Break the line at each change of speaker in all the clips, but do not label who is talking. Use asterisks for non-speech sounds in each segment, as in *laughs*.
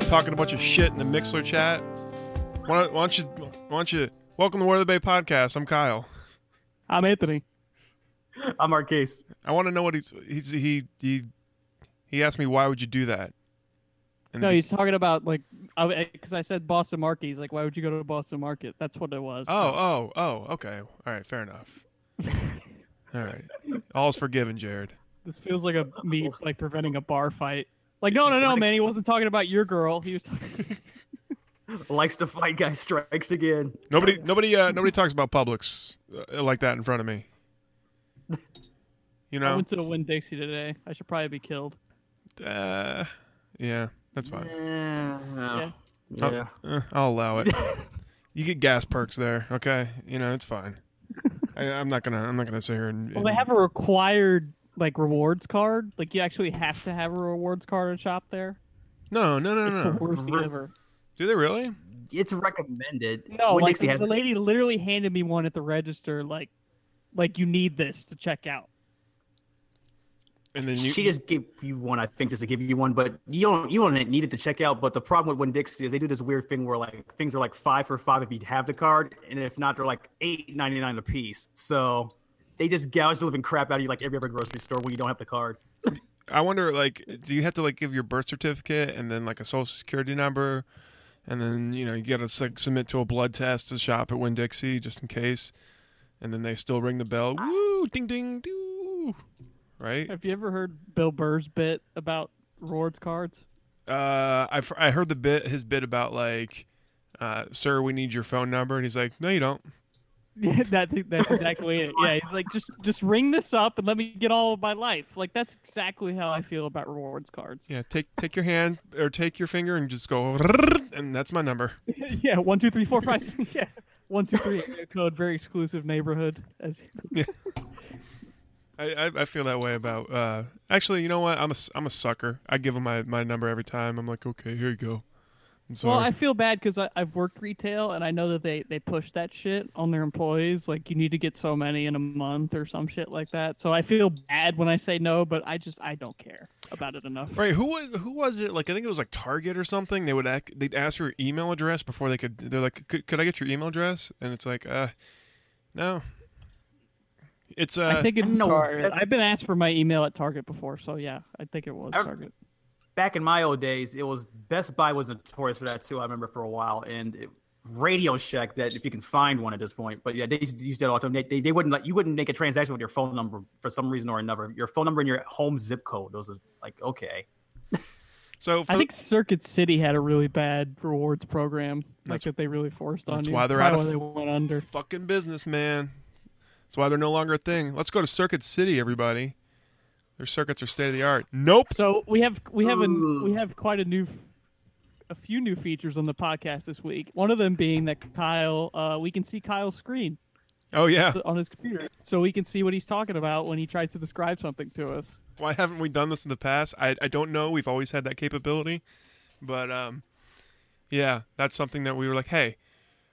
talking a bunch of shit in the Mixler chat. Why don't, why don't you? Why don't you? Welcome to Where the Bay podcast. I'm Kyle.
I'm Anthony.
I'm our case.
I want to know what he's, he's he he he asked me why would you do that. And
No, he's talking about like because I said Boston Market. He's like, why would you go to Boston Market? That's what it was.
Oh, oh, oh. Okay. All right. Fair
*laughs*
enough. All right. All's forgiven, Jared.
this feels like a me like preventing a bar fight. Like, no, no, no, man. He wasn't talking about your girl. He was. Talking... *laughs*
Likes to fight guy strikes again.
Nobody, nobody, uh, nobody talks about Publix uh, like that in front of me. You
I
know.
went to the Win Dixie today. I should probably be killed.
Uh, yeah. That's fine.
Yeah.
Oh,
Yeah.
eh, I'll allow
*laughs*
it. you get gas perks there, okay? You know, it's fine. I, I'm not gonna. I'm not gonna sit here and.
Well, they have a required like rewards card. Like you actually have to have a rewards card and shop there.
no, no, no,
It's the
no.
worst thing
Re-
ever.
Do they really?
It's recommended.
No,
Winn
like
Dixie
the,
has
the lady literally handed me one at the register. Like, like you need this to check out.
And then you.
she just gave you one, I think, just to give you one, but you don't you don't need it to check out. But the problem with Winn Dixie is they do this weird thing where like things are like five for five if you have the card, and if not, they're like eight ninety nine a piece. So they just gouge the living crap out of you like every other grocery store when you don't have the card.
I wonder, like, do you have to like give your birth certificate and then like a social security number, and then you know you got to like submit to a blood test to shop at Winn Dixie just in case, and then they still ring the bell.
Ah.
Woo! Ding ding doo. Right.
Have you ever heard Bill Burr's bit about rewards cards?
uh, I, I heard the bit his bit about like, uh, sir, we need your phone number, and he's like, no, you don't.
Yeah, *laughs* that, that's exactly it. Yeah, he's like, just just ring this up and let me get all of my life. Like that's exactly how I feel about rewards cards.
Yeah, take take your hand or take your finger and just go, *laughs* and that's my number.
*laughs* yeah, one two three four five. *laughs* six- yeah, one two three area code. Very exclusive neighborhood. As
I, I, I feel that way about. Uh, actually, you know what? I'm a s- I'm a sucker. I give him my, my number every time. I'm like, okay, here you go. I'm sorry.
well, I feel bad because I've worked retail and I know that they they push that shit on their employees. Like you need to get so many in a month or some shit like that. So I feel bad when I say no, but I just I don't care about it enough.
Right, who was who was it? Like I think it was like Target or something. They would act, they'd ask for your email address before they could. They're like, could, could I get your email address? And it's like, uh, no. It's uh,
I think it was
No,
Target.
that's-
I've been asked for my email at Target before, so yeah, I think it was
I-
Target.
back in my old days, it was Best Buy was notorious for that too. I remember for a while, and it, Radio Shack that if you can find one at this point, but yeah, they used to use that all the time. They, they, they wouldn't let you wouldn't make a transaction with your phone number for some reason or another. Your phone number and your home zip code. Those is like okay.
so. For,
I think Circuit City had a really bad rewards program, like
That's-
that they really forced on
that's
you.
why they're
Probably
out of-
why they went under.
fucking business, man. That's why they're no longer a thing. Let's go to Circuit City, everybody. Their circuits are state of the art. Nope.
So we have we have a
Ooh.
we have quite a new, f- a few new features on the podcast this week. One of them being that Kyle, uh, we can see
*laughs*
Kyle's screen
Oh yeah.
on his computer, so we can see what he's talking about when he tries to describe something to us. *laughs*
Why haven't we done this in the past? I I don't know. We've always had that capability, but um, yeah, that's something that we were like, hey,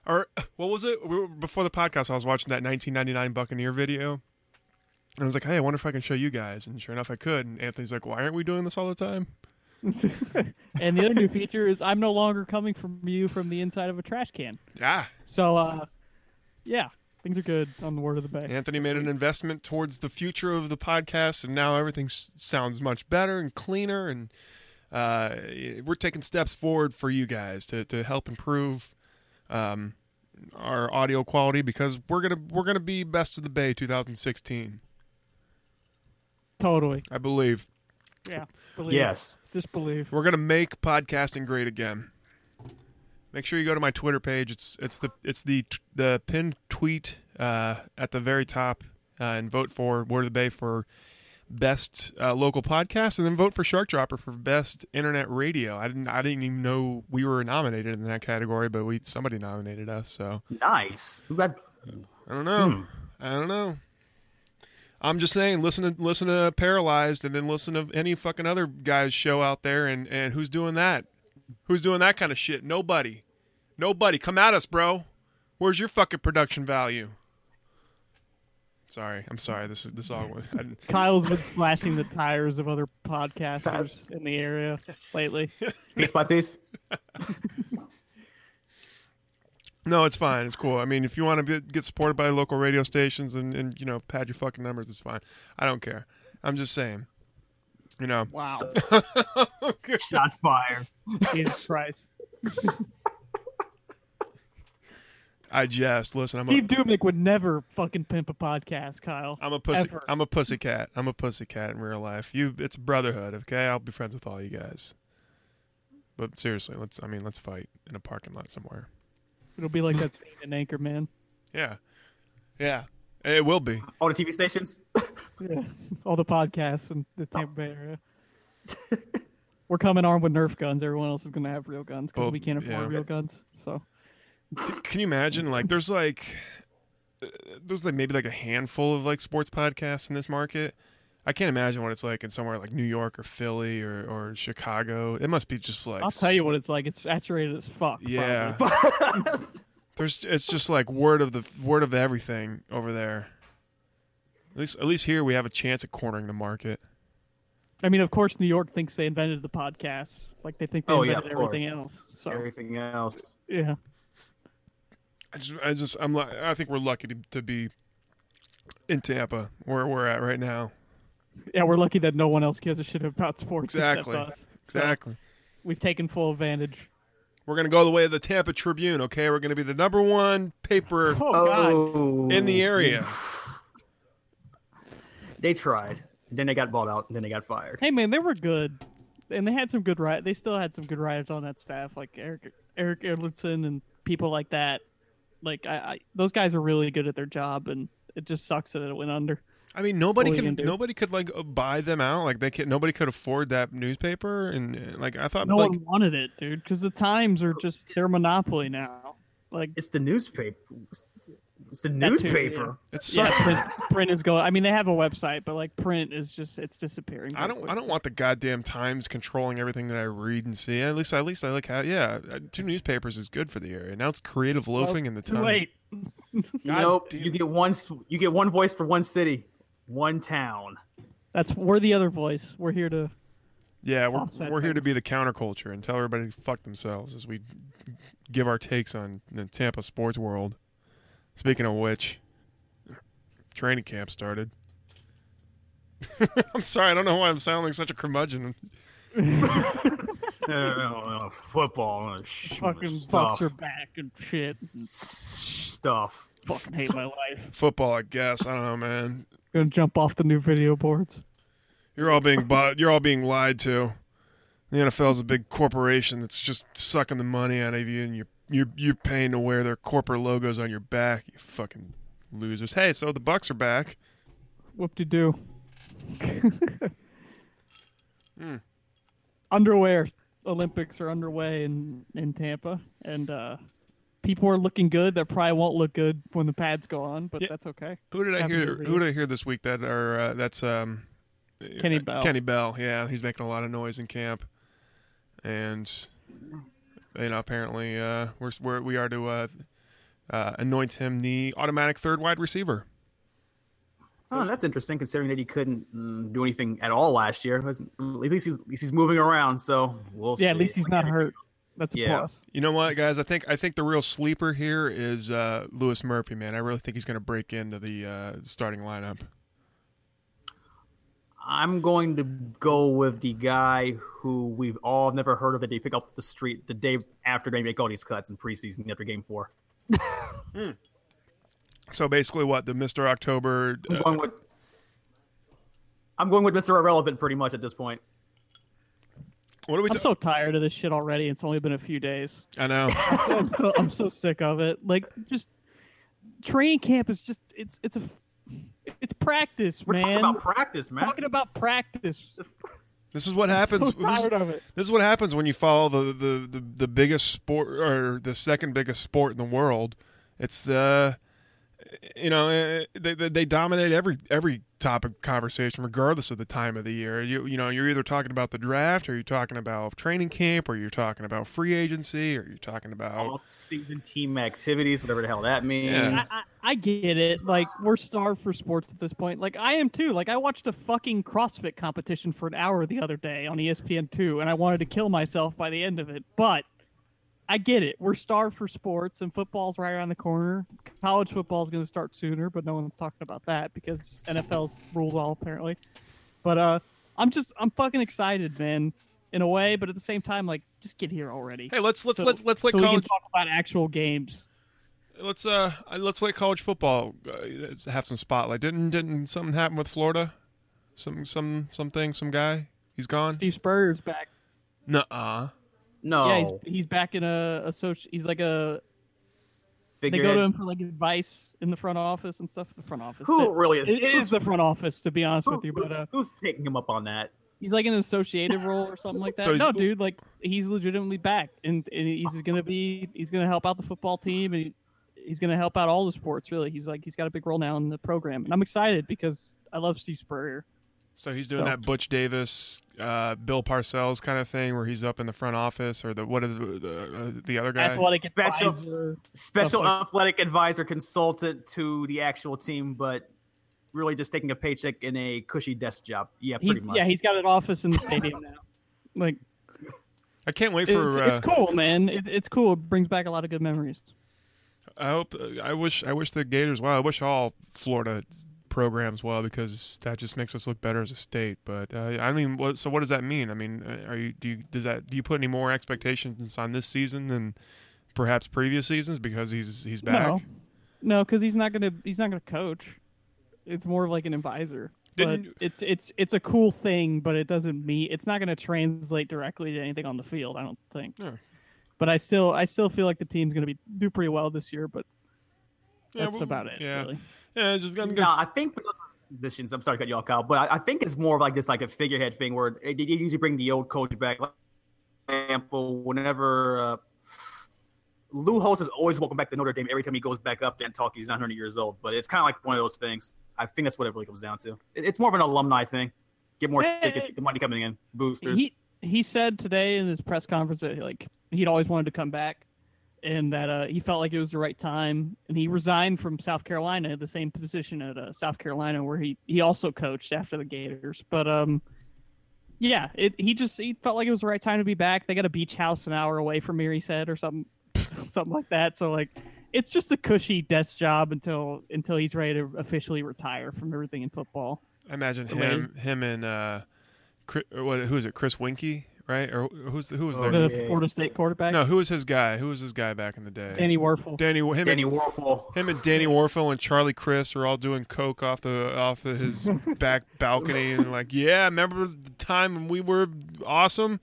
or *laughs* what was it we were, before the podcast? I was watching that 1999 Buccaneer video, and I was like, hey, I wonder if I can show you guys. And sure enough, I could. And Anthony's like, why aren't we doing this all the time?
and the other new feature is I'm no longer coming from you from the inside of a trash can.
Yeah,
So, uh, yeah, things are good on the word of the bay.
Anthony made an investment towards the future of the podcast, and now everything s- sounds much better and cleaner. And uh, we're taking steps forward for you guys to, to help improve um, our audio quality because we're gonna we're gonna be best of the bay 2016,
Totally.
I believe.
Yeah. Believe it.
Yes.
Just believe.
We're gonna make podcasting great again. Make sure you go to my Twitter page. It's it's the it's the t- the pinned tweet uh, at the very top, uh, and vote for Word of the Bay for best uh, local podcast, and then vote for Shark Dropper for best internet radio. I didn't I didn't even know we were nominated in that category, but we somebody nominated us. So
Nice. Who got
I don't know. I don't know. I'm just saying, listen to listen to Paralyzed, and then listen to any fucking other guy's show out there, and and who's doing that? Who's doing that kind of shit? Nobody, nobody. Come at us, bro. Where's your fucking production value? Sorry, I'm sorry. This is this all. went- I didn't-
Kyle's
*laughs*
been slashing the tires of other podcasters in the area lately.
piece by piece?
No, it's fine. It's cool. I mean, if you want to get supported by local radio stations and, and you know pad your fucking numbers, it's fine. I don't care. I'm just saying. You know. *laughs*
Wow.
Good.
Shots fired.
Jesus Christ.
I jest. Listen, I'm
Steve
a
Dumick would never fucking pimp a podcast, Kyle.
I'm a pussy.
Ever.
I'm a pussy cat. I'm a pussy cat in real life. You, it's brotherhood. Okay, I'll be friends with all you guys. But seriously, let's. I mean, let's fight in a parking lot somewhere.
It'll be like that scene in Anchorman.
Yeah, yeah. It will be.
All the TV stations. *laughs*
Yeah. All the podcasts in the Tampa Bay
*laughs*
area. We're coming armed with Nerf guns. Everyone else is going to have real guns because
Well,
we can't afford
yeah.
real guns. So
Can you imagine? Like, there's like, uh, there's like maybe like a handful of like sports podcasts in this market. I can't imagine what it's like in somewhere like New York or Philly or, or Chicago. It must be just like
I'll tell you what it's like. It's saturated as fuck.
Yeah,
probably.
there's it's just like word of the word of everything over there. At least at least here we have a chance at cornering the market.
I mean, of course, New York thinks they invented the podcast. Like they think they
Oh, yeah,
invented
of
everything else. So
Everything else.
yeah,
I just, I just I'm lu- I think we're lucky to, to be in Tampa where we're at right now.
yeah, we're lucky that no one else gives a shit about sports
Exactly.
except us. So
Exactly.
we've taken full advantage.
We're gonna go the way of the Tampa Tribune. Okay, we're gonna be the number one paper
Oh, god,
in the area.
They tried. Then they got bought out. And then they got fired.
hey man, they were good, and they had some good ri They still had some good writers on that staff, like Eric Eric Erlandson and people like that. Like I, I those guys are really good at their job, and it just sucks that it went under.
I mean, nobody
What are you
can
gonna do?
nobody could like uh, buy them out. Like they can nobody could afford that newspaper. And uh, like I thought,
No
like
one wanted it, dude, because the Times are just their monopoly now. Like
It's the newspaper. It's- It's the
That too,
newspaper.
it
Yeah,
sucks.
print, print is going. I mean, they have a website, but like print is just it's disappearing.
I don't. I don't want the goddamn Times controlling everything that I read and see. At least, at least I like how. Yeah, uh, two newspapers is good for the area. Now it's creative loafing in the
Too
Times.
late.
God
nope.
damn
You
it.
get one. s- You get one voice for one city, one town. *laughs*
That's we're the other voice. We're here *laughs* to.
Yeah, we're
Offset
we're here to
things.
be the counterculture and tell everybody to fuck themselves as we give our takes on the Tampa sports world. Speaking of which, training camp started. *laughs* I'm sorry, I don't know why I'm sounding like such a curmudgeon.
Uh, football. uh, sh-
Fucking
stuff.
Bucks are back and shit.
stuff.
Fucking hate my life.
Football, I guess. I don't know, man.
*laughs* Gonna jump off the new video boards.
You're all being bought. You're all being lied to. The NFL's a big corporation that's just sucking the money out of you, and you're you're you're paying to wear their corporate logos on your back. You fucking losers. Hey, so the Bucks are back.
Whoop de doo.
*laughs* Hmm.
Underwear Olympics are underway in in Tampa, and uh people are looking good. That probably won't look good when the pads go on, but
Yeah.
that's okay.
Who did I
Happy
hear?
New Year.
Who did I hear this week? That are uh, that's um,
Kenny
uh,
Bell.
Kenny Bell. Yeah, he's making a lot of noise in camp, and you know apparently uh, we're, we're we are to uh, uh, anoint him the automatic third wide receiver.
Oh, that's interesting. Considering that he couldn't mm, do anything at all last year, It was- at least he's at least he's moving around. So we'll see.
Yeah, at least he's not hurt. That's a
Yeah.
plus.
You know what, guys? I think I think the real sleeper here is uh, Lewis Murphy. Man, I really think he's going to break into the uh, starting lineup.
I'm going to go with the guy who we've all never heard of that they pick up the street the day after they make all these cuts in preseason after game four.
So basically, what the Mister October?
I'm
Uh,
going with I'm going with Mr. Irrelevant pretty much at this point.
what are we?
I'm
Do-
so tired of this shit already. It's only been a few
*laughs*
days.
I
*laughs*
know.
So I'm so I'm so sick of it. Like just training camp is just it's it's a it's practice,
We're
man.
talking about practice, man.
Talking about practice.
This is what happens.
So
this,
tired of it.
This is what happens when you follow the, the, the, the biggest sport or the second biggest sport in the world. It's uh, you know eh, they, they they dominate every every topic of conversation regardless of the time of the year. You you know you're either talking about the draft or you're talking about training camp or you're talking about free agency or you're talking about
all season team activities, whatever the hell that means.
Yeah.
I, I, I get it. Like we're starved for sports at this point. Like I am too. Like I watched a fucking CrossFit E competition for an hour the other day on ESPN two, and I wanted to kill myself by the end of it. But I get it. We're starved for sports, and football's right around the corner. College football's going to start sooner, but no one's talking about that because NFL's rules all apparently. But uh, I'm just I'm fucking excited, man. In a way, but at the same time, like just get here already.
Hey, let's let's
So-
let, let's let
so we can
college
talk about actual games.
let's uh let's let college football uh, have some spotlight. Didn't didn't something happen with Florida? Some some something some guy he's gone.
Steve Spurrier's back.
Nuh-uh.
No,
Yeah, he's he's back in a, a social. He's like a they
figurehead.
go to him for like advice in the front office and stuff. The front office.
Who
That-
really is?
it is the front office, to be honest
who-
with you. But uh,
who's taking him up on that?
he's like in an associated role or something
*laughs*
like that.
So he's-
no, dude, like he's legitimately back, and, and he's gonna be he's gonna help out the football team, and he- he's gonna help out all the sports. Really, he's like he's got a big role now in the program, and I'm excited because I love Steve Spurrier.
So he's doing
So-
that Butch Davis, uh, Bill Parcells kind of thing, where he's up in the front office, or the what is the the, uh, the other guy?
Athletic
Special-
advisor.
Special
Stuff
athletic advisor consultant to the actual team, but really just taking a paycheck in a cushy desk job. Yeah, pretty
He's,
much.
yeah, he's got an office in the stadium now. Like
I can't wait
it's,
for. uh,
it's cool, man. It, it's cool. It brings back a lot of good memories.
I hope. I wish. I wish the Gators well. I wish all Florida programs well because that just makes us look better as a state. But uh, I mean, what, so what does that mean? I mean, uh, are you do you does that do you put any more expectations on this season than perhaps previous seasons because he's he's back?
No, no, because he's not gonna he's not gonna coach. It's more of like an advisor.
Didn't-
but it's it's it's a cool thing, but it doesn't mean it's not gonna translate directly to anything on the field. I don't think.
Sure.
But I still I still feel like the team's gonna be do pretty well this year. But
Yeah,
that's
well,
about it.
Yeah,
really.
yeah. It's just I'm
No,
gonna,
I think for those positions. I'm sorry to cut you off, Kyle, but I, I think it's more of like this, like a figurehead thing where they, they usually bring the old coach back. Like, for example, whenever uh, Lou Holtz is always welcome back to Notre Dame every time he goes back up there and talk, he's 900 years old. But it's kind of like one of those things. I think that's what it really comes down to. It- it's more of an alumni thing. Get more
Hey.
tickets, get the money coming in, boosters.
He he said today in his press conference that like he'd always wanted to come back, and that uh, he felt like it was the right time. And he resigned from South Carolina, the same position at uh, South Carolina where he he also coached after the Gators. But um, yeah, it he just he felt like it was the right time to be back. They got a beach house an hour away from here, he said, or something *laughs* something like that. So like. It's just a cushy desk job until until he's ready to officially retire from everything in football.
I imagine
the way-
him him and uh, Chris, what who is it? Chris Winky, right? Or who's the, who was
Oh,
their
The
yeah.
Florida State quarterback,
no? Who was his guy? Who was his guy back in the day?
Danny Werfel.
Danny him and
Danny Warfel.
Him and Danny Warfield and Charlie Chris are all doing coke off the off the, his back balcony and like, yeah, remember the time when we were awesome?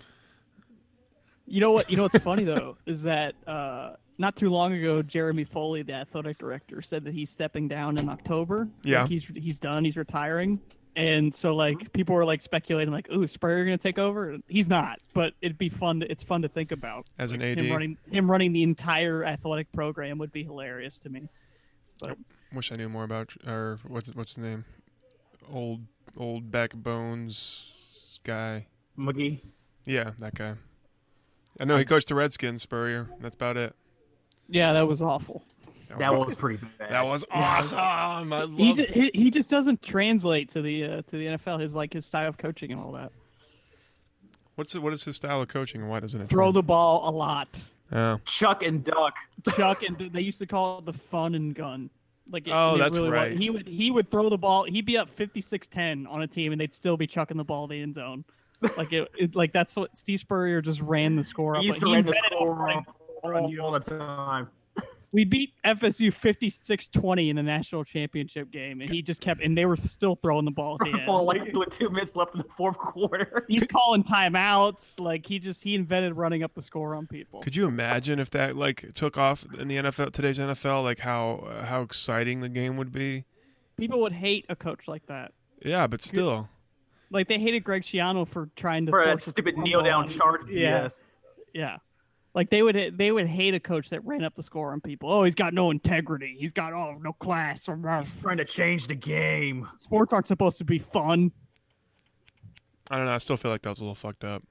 You know what? You know what's funny though is that uh, not too long ago, Jeremy Foley, the athletic director, said that he's stepping down in October.
Yeah. Mm-hmm.
Like, he's he's done. He's retiring. And so like people were like speculating like, "Ooh, is Spurrier going to take over?" He's not, but it'd be fun. To, it's fun to think about
As an
him
AD,
running him running the entire athletic program would be hilarious to me.
wish I knew more about or what's what's his name, old old backbones guy.
McGee.
Yeah, that guy. I know he coached the Redskins, Spurrier. That's about it.
Yeah, that was awful.
That was pretty bad.
that
*laughs*
was awesome. I love.
He, ju- he he just doesn't translate to the uh, to the NFL. His like his style of coaching and all that.
What's what is his style of coaching and why doesn't it
Throw the ball a lot.
the? Oh,
Chuck and Duck.
Chuck and they used to call it the fun and gun. Like it,
Oh,
and it
that's
really was-
right.
He would he would throw the ball. He'd be up 56-10 on a team, and they'd still be chucking the ball in the end zone. Like it, it like that's what Steve Spurrier just ran the score up.
He
Like,
used to run the
invented all
score
kinds
up on you all the time.
we beat FSU 56-20 in the national championship game, and he just kept and they were still throwing the ball at the
*laughs* Well,
end.
like with two minutes left in the fourth quarter.
He's calling timeouts. Like he just he invented running up the score on people.
Could you imagine if that like took off in the NFL today's NFL? Like how uh, how exciting the game would be.
People would hate a coach like that.
Yeah, but still,
Like they hated Greg Schiano for trying to
For that
force a
stupid
fumble
kneel down
on-
charge.
Yeah.
Yes.
Yeah. Like they would they would hate a coach that ran up the score on people. Oh, he's got no integrity. He's got oh no class.
He's trying to change the game.
Sports aren't supposed to be fun.
I don't know. I still feel like that was a little fucked up.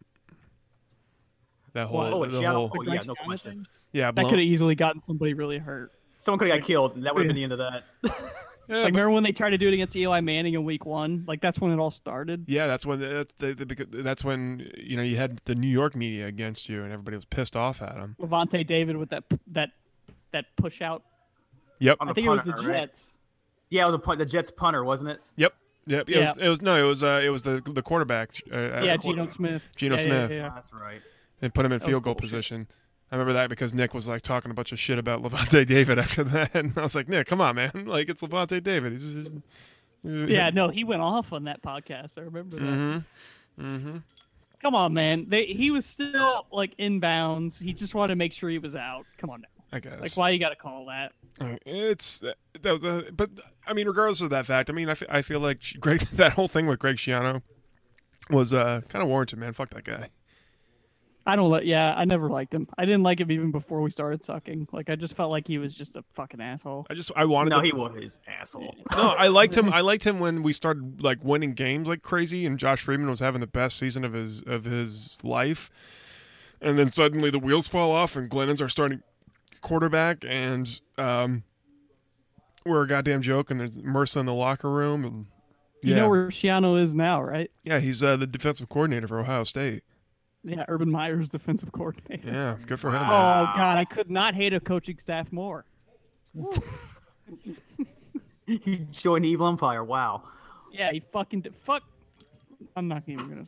That whole,
What?
Oh,
the
yeah,
whole,
Oh, yeah,
Like,
no
Greg Schiano
question.
thing?
yeah,
That
blown,
could have easily gotten somebody really hurt.
Someone could have got killed, and that would have been the end of that.
Yeah,
like
but-
remember when they tried to do it against Eli Manning in Week One? Like that's when it all started.
yeah, that's when that's, the, the, because- that's when you know you had the New York media against you, and everybody was pissed off at him.
Levante David with that that that push out.
Yep,
On
I
the
think it was the
punter, right?
Jets.
Yeah, it was a punt. The Jets punter, wasn't it?
yep, yep. It,
Yeah.
Was, it was no, it was uh, it was the the quarterback. Uh, at
Yeah,
the
Geno Smith.
Geno
Yeah, yeah,
Smith.
yeah,
Ah,
*laughs*
yeah.
That's right.
and put him in
was
field goal
bullshit.
position. I remember that because Nick was like talking a bunch of shit about Levante *laughs* David after that, and I was like, Nick, come on, man! *laughs* Like it's Levante David. He's just, he's-
Yeah, no, he went off on that podcast. I remember that.
Mhm. Mhm.
Come on, man. They, he was still like in bounds. He just wanted to make sure he was out. Come on now.
I guess.
Like, why you got to call that?
Uh, It's that was a, but I mean, regardless of that fact, I mean, I fe- I feel like *laughs* Greg that whole thing with Greg Schiano was uh kind of warranted, man. Fuck that guy.
I don't let. Yeah, I never liked him. I didn't like him even before we started sucking. Like, I just felt like he was just a fucking asshole.
I just I wanted
No,
to.
he was his *laughs* asshole.
No, I liked
*laughs*
him. I liked him when we started like winning games like crazy, and Josh Freeman was having the best season of his of his life. And then suddenly the wheels fall off, and Glennon's our starting quarterback, and um, we're a goddamn joke. And there's MRSA in the locker room, and yeah,
You know where Shiano is now, right?
yeah, he's uh, the defensive coordinator for Ohio State.
Yeah, Urban Meyer's defensive coordinator.
Yeah, good for him.
Wow.
Oh God, I could not hate a coaching staff more.
he joined Evil Empire. Wow.
Yeah, he fucking did. fuck. I'm not even gonna.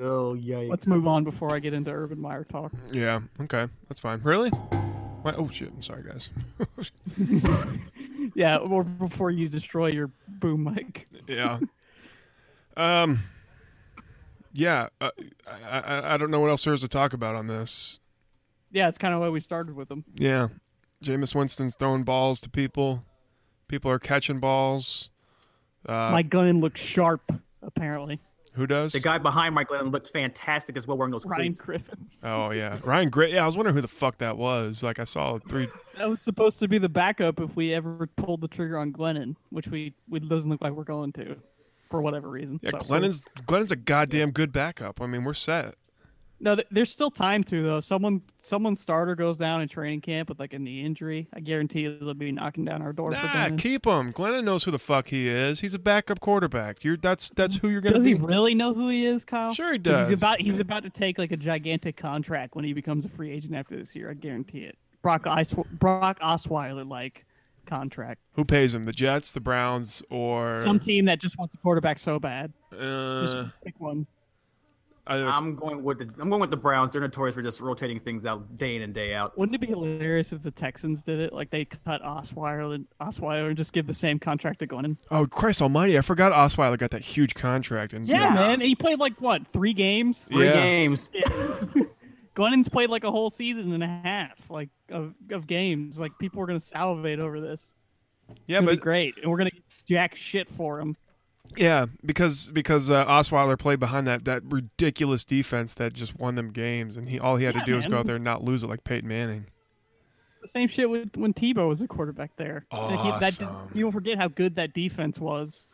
Oh
*laughs*
yikes.
Let's move on before I get into Urban Meyer talk.
Yeah, okay, that's fine. Really? Why, oh shit! I'm sorry, guys. *laughs*
Yeah, or before you destroy your boom mic.
yeah. Um. Yeah, uh, I, I I don't know what else there is to talk about on this.
Yeah, it's kind of why we started with them.
Yeah, Jameis Winston's throwing balls to people. People are catching balls. Uh,
My gun looks sharp, apparently.
who does?
the guy behind Mike Glennon looked fantastic as well wearing those
Ryan
cleats.
Griffin.
oh yeah, Ryan Gray. Yeah, I was wondering who the fuck that was. Like I saw three.
That was supposed to be the backup if we ever pulled the trigger on Glennon, which we, we doesn't look like we're going to, for whatever reason.
Yeah,
So-
Glennon's Glennon's a goddamn good backup. I mean, we're set.
No, th- there's still time to though. Someone, someone starter goes down in training camp with like a knee injury. I guarantee you they'll be knocking down our door for
Nah,
Glennon.
keep him. Glennon knows who the fuck he is. He's a backup quarterback. You're that's that's who you're gonna
Does
be.
he really know who he is, Kyle?
Sure he
'Cause
does.
He's about he's about to take like a gigantic contract when he becomes a free agent after this year. I guarantee it. Brock Os- Brock Osweiler like contract.
Who pays him? The Jets, the Browns, or
Some team that just wants a quarterback so bad. Just
uh,
pick one.
I-
I'm going with the I'm going with the Browns. They're notorious for just rotating things out day in and day out.
Wouldn't it be hilarious if the Texans did it? Like they cut Osweiler and Osweiler and just give the same contract to Glennon.
oh Christ Almighty! I forgot Osweiler got that huge contract. And
Yeah, man. He played like what three games?
Three
Yeah.
games.
Glennon's played like a whole season and a half, like of, of games. Like people are gonna salivate over this.
yeah,
it's gonna be
but
great, and we're gonna get jack shit for him.
yeah, because because uh, Osweiler played behind that that ridiculous defense that just won them games, and he all he had to
Yeah,
do was go
man.
out there and not lose it like Peyton Manning.
The same shit with when Tebow was a quarterback there. Like, he- that-
Awesome.
you will forget how good that defense was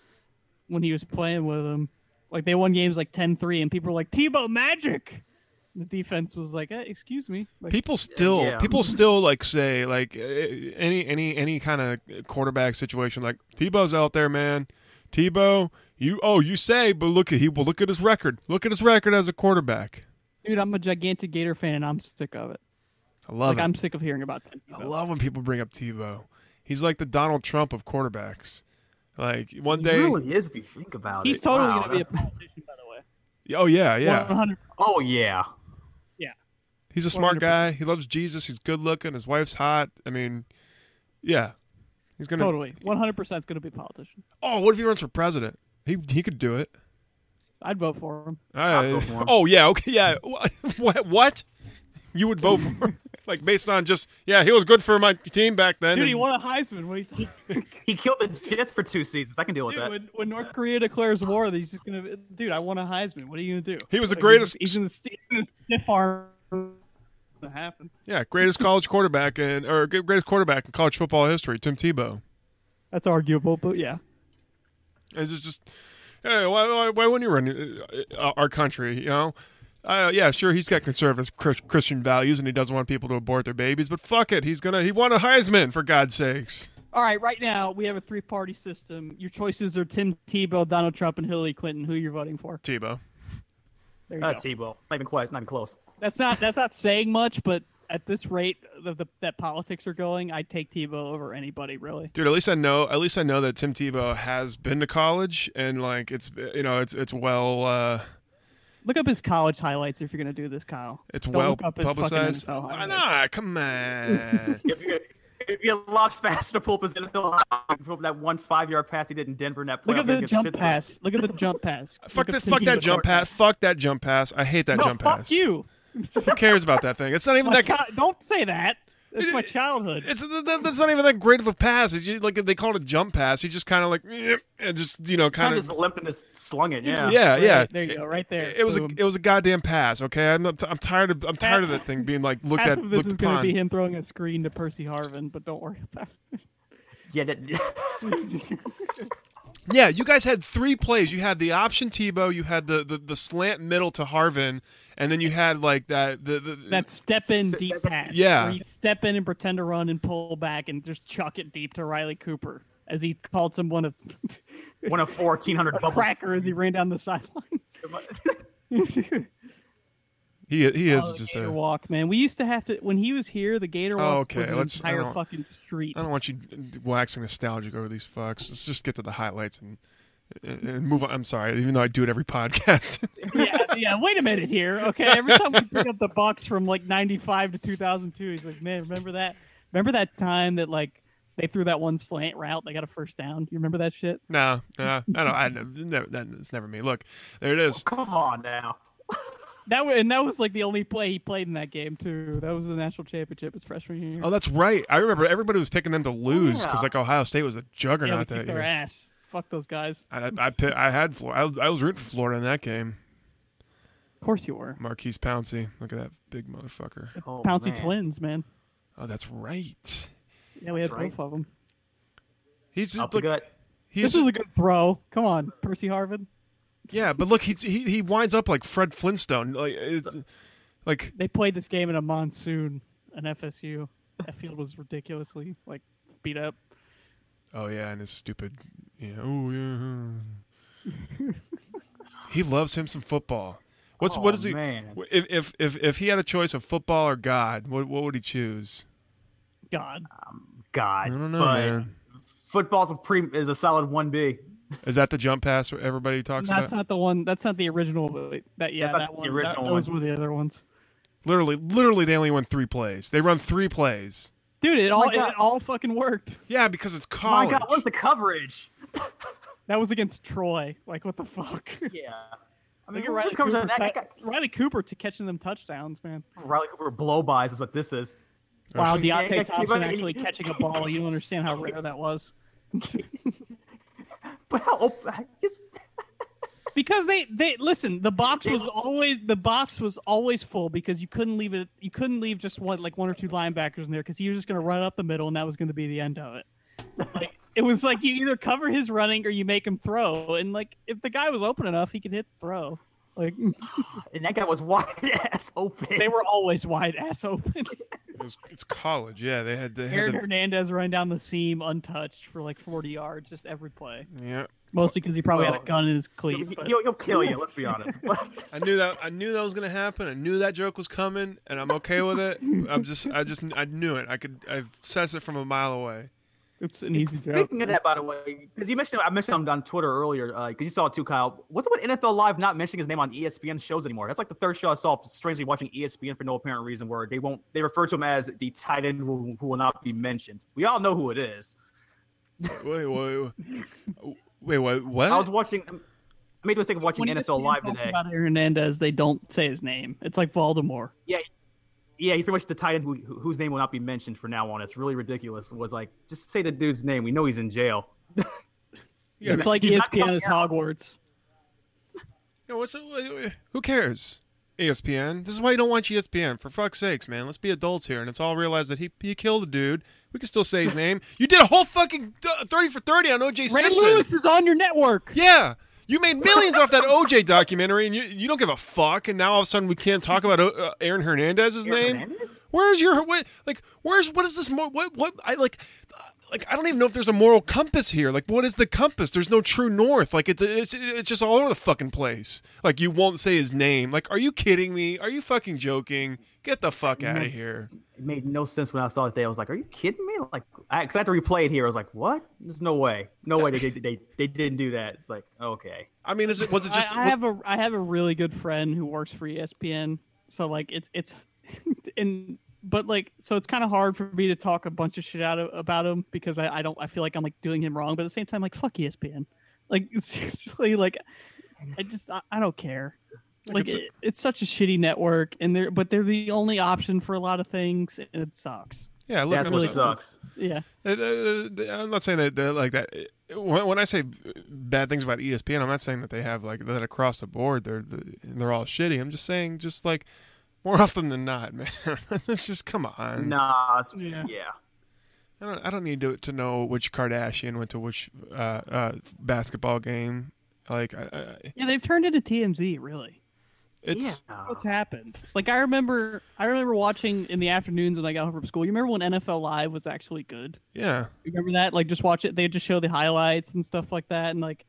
when he was playing with him. Like they won games like 10-3, and people were like Tebow magic. The defense was like, eh, "Excuse me." Like,
People still,
yeah.
people still like say like eh, any any any kind of quarterback situation. Like Tebow's out there, man. Tebow, you oh you say, but look at he well look at his record. Look at his record as a quarterback.
dude, I'm a gigantic Gator fan, and I'm sick of it.
I love
like
it.
I'm sick of hearing about Tim
I
Tebow.
love when people bring up Tebow. He's like the Donald Trump of quarterbacks. Like one day,
He really is if you think about it.
He's totally
Wow.
gonna be a politician, by the way.
oh yeah, yeah.
100
Oh yeah.
He's a smart
100%.
guy. He loves Jesus. He's good looking. His wife's hot. I mean, yeah, he's gonna.
Totally, one hundred percent is going to be a politician.
Oh, what if he runs for president? He he could do it.
I'd vote for him.
I-
go for him.
oh yeah, okay, yeah. *laughs* What? What? You would vote for him? *laughs* like based on just yeah, he was good for my team back then.
Dude, he
and-
won a Heisman. What are you talking?
He killed the Jets for two seasons. I can deal with
Dude,
that.
when, when North Korea declares war, he's just gonna. Dude, I won a Heisman. What are you gonna do?
He was the
Like,
greatest-
He's, he's in the st- he's in the stiff arm. To happen.
yeah, greatest college quarterback and or greatest quarterback in college football history, Tim Tebow.
That's arguable, but yeah.
It's just, just hey, why, why, why wouldn't you run uh, our country? You know, uh, yeah, sure, he's got conservative Chris- Christian values and he doesn't want people to abort their babies, but fuck it, he's gonna he won a Heisman for God's sakes.
all right, right now we have a three party system. Your choices are Tim Tebow, Donald Trump, and Hillary Clinton. Who you're voting for?
Tebow.
There you
Uh,
go.
Tebow. Not even quite. Not even close.
That's not that's not saying much, but at this rate the, the, that politics are going, I'd take Tebow over anybody really.
Dude, at least I know. At least I know that Tim Tebow has been to college, and like it's you know it's it's well uh,
Look up his college highlights if you're gonna do this, Kyle.
it's
Don't
well
look up his fucking
publicized.
NFL
Why
highlights.
not? Come
*laughs*
on.
If you if you launch fast to pull position, he'll pull that one five yard pass he did in Denver in that
Look
playoff
at
game
the
against
jump
Pittsburgh.
pass. Look at the jump pass.
fuck
Look
that.
up
Fuck
Tim
that
Tebow.
jump pass. Fuck that jump pass. I hate that
No,
jump
fuck
pass.
you.
Who cares about *laughs* that thing? It's not even
My
that.
God, don't say that. It's my
It-
childhood.
It's th- th- that's not even that great of a pass. It's just, like they call it a jump pass. He just kind of like "Yep," and just you know
Kind
kind
of just
of
limped and just slung it. Yeah.
yeah
Right,
yeah.
There you go. Right there.
It, it was a
Boom.
it was a goddamn pass. Okay, I'm not, I'm tired of I'm tired of that thing being like looked
Half
at
of this
looked
is going to
upon.
be him throwing a screen to Percy Harvin, but don't worry about it.
Yeah. That, *laughs*
Yeah, you guys had three plays. You had the option Tebow, you had the, the, the slant middle to Harvin, and then you had like that the, the
That step in deep pass.
Yeah.
Where you step in and pretend to run and pull back and just chuck it deep to Riley Cooper as he called
*laughs*
someone a,
one of fourteen hundred
a
bubble.
cracker as he ran down the sideline.
he he is
Oh, the
just
Gator
a. Oh,
walk, man. We used to have to when he was here. The Gator walk
okay,
was an
let's- I
entire
don't-
fucking street.
I don't want you waxing nostalgic over these fucks. Let's just get to the highlights and and move on. I'm sorry, even though I do it every *laughs* podcast.
*laughs* yeah, yeah. Wait a minute here. Okay, every time we bring up the Bucks from like '95 to 2002, he's like, "Man, remember that? Remember that time that like they threw that one slant route? They got a first down. You remember that shit?
no, no, I don't. I never. That, that's never me. Look, there it is.
*laughs* Come on now.
That wa- and that was like the only play he played in that game too. That was the national championship his freshman year.
Oh, that's right. I remember everybody was picking them to lose because
Yeah.
like Ohio State was a
yeah, we
juggernaut
kicked
that
their
year.
ass. Fuck those guys.
I I, I, pi- I had Florida. I was, I was rooting for Florida in that game.
Of course you were.
Marquise Pouncey. Look at that big motherfucker.
Oh,
Pouncy
man.
twins, man.
Oh, that's right.
Yeah, we had
That's right.
both of them.
He's just
Up the
look,
gut.
he's
This was a good throw. Come on, Percy Harvin.
just- yeah, but look, he's, he he winds up like Fred Flintstone, like it's, like
They played this game in a monsoon in FSU. That field was ridiculously like beat up.
oh yeah, and his stupid yeah oh yeah.
*laughs*
he loves him some football. What's what
Oh,
is he?
Man.
If, if if if he had a choice of football or God, what what would he choose?
God.
I
God.
don't know,
but
man.
Football's a pre is a solid one B.
Is that the jump pass where everybody talks
That's
about?
not the one. That's not the original. but That yeah,
That's not
that
the
one.
original
that,
one.
Those were the other ones.
literally, literally, they only won three plays. They run three plays.
Dude, it all it,
Oh God.
all fucking worked.
Yeah, because it's
Oh My
college.
God, what's the coverage?
That was against Troy. Like what the fuck? *laughs*
Yeah. I mean,
Look at
who
Riley
just covers
Cooper,
that? that
ta-
guy-
Riley Cooper to catching them touchdowns, man.
Riley Cooper blow bys is what this is.
Wow,
Ugh.
Yeah, yeah,
Deontay Thompson
but-
actually catching a ball. You don't understand how rare that *laughs* was.
But how open? I Just,
Because they, they listen, the box was always the box was always full because you couldn't leave it you couldn't leave just one like one or two linebackers in there because he was just gonna run up the middle and that was gonna be the end of it. Like it was like you either cover his running or you make him throw. And like if the guy was open enough, he could hit the throw. Like
and that guy was wide *laughs* ass open.
they were always wide ass open.
It was- it's college. Yeah, they had they had
Aaron
the-
Hernandez ran down the seam untouched for like forty yards just every play.
yeah.
Mostly because he probably had
Well,
a gun in his
He'll,
cleat. but-
he'll- he'll kill you.
*laughs*
Let's be honest. But
I knew that I knew that was gonna happen. I knew that joke was coming, and I'm okay with it. I'm just I just I knew it. I could I sensed it from a mile away.
It's an easy joke.
Speaking of that, by the way, because you mentioned I mentioned him on Twitter earlier, because you saw it too, Kyle. What's with NFL Live not mentioning his name on E ESPN shows anymore? That's like the third show I saw strangely watching E ESPN for no apparent reason, where they won't they refer to him as the tight end who, who will not be mentioned. We all know who it is.
Wait, wait, wait, wait, wait what?
I was watching. I made the mistake of watching
When E
NFL
ESPN
Live
talks
today.
About Aaron Hernandez, they don't say his name. It's like Voldemort.
Yeah, he's pretty much the tight end who, who- whose name will not be mentioned from now on. It's really ridiculous. Was like, just say the dude's name. We know he's in jail.
yeah,
it's like E
he's not
ESPN is
coming out.
Hogwarts.
yeah, what's the- wait, wait, who cares? E ESPN. This is why you don't watch E ESPN. For fuck's sakes, man. Let's be adults here, and it's all realized that he he killed a dude. We can still say his
*laughs*
name. You did a whole fucking th- thirty for thirty on OJ
Ray
Simpson.
Lewis is on your network.
Yeah. You made millions off that OJ documentary, and you, you don't give a fuck. And now all of a sudden we can't talk about uh, Aaron Hernandez's
Aaron
name.
Hernandez?
Where's your what? Like, where's what is this? Mo- what what? I like. like I don't even know if there's a moral compass here. Like, what is the compass? There's no true north. Like, it's it's it's just all over the fucking place. Like, you won't say his name. Like, are you kidding me? Are you fucking joking? Get the fuck out of here.
It made no sense when I saw it today. I was like, "Are you kidding me?" Like, I, cause I had to replay it here. I was like, "What? There's no way, no way they they they, they didn't do that." It's like, okay,
I mean, is it was it just?
I, I have a I have a really good friend who works for E ESPN, so like it's it's *laughs* and but like so it's kind of hard for me to talk a bunch of shit out of, about him because I, I don't I feel like I'm like doing him wrong, but at the same time like fuck E ESPN, like *laughs* seriously like I just I, I don't care.
Like,
Like
it's
it's,
a-
it, it's such a shitty network, and they're but they're the only option for a lot of things, and it sucks.
yeah, look,
that's
it
what
was-
really cool.
sucks.
Yeah,
Uh, uh, uh, I'm not saying that that like that. When when I say bad things about E ESPN, I'm not saying that they have like that across the board. They're they're all shitty. I'm just saying, just like more *laughs* often than not, man. It's just come on.
Nah, it's,
Yeah.
yeah.
I don't, I don't need to, to know which Kardashian went to which uh, uh, basketball game. Like, I, I, I-
yeah, they've turned into TMZ. Really,
it's
yeah.
what's happened? Like I remember I remember watching in the afternoons when I got home from school. You remember when NFL Live was actually good?
yeah.
You Remember that? Like, just watch it. They just show the highlights and stuff like that, and like,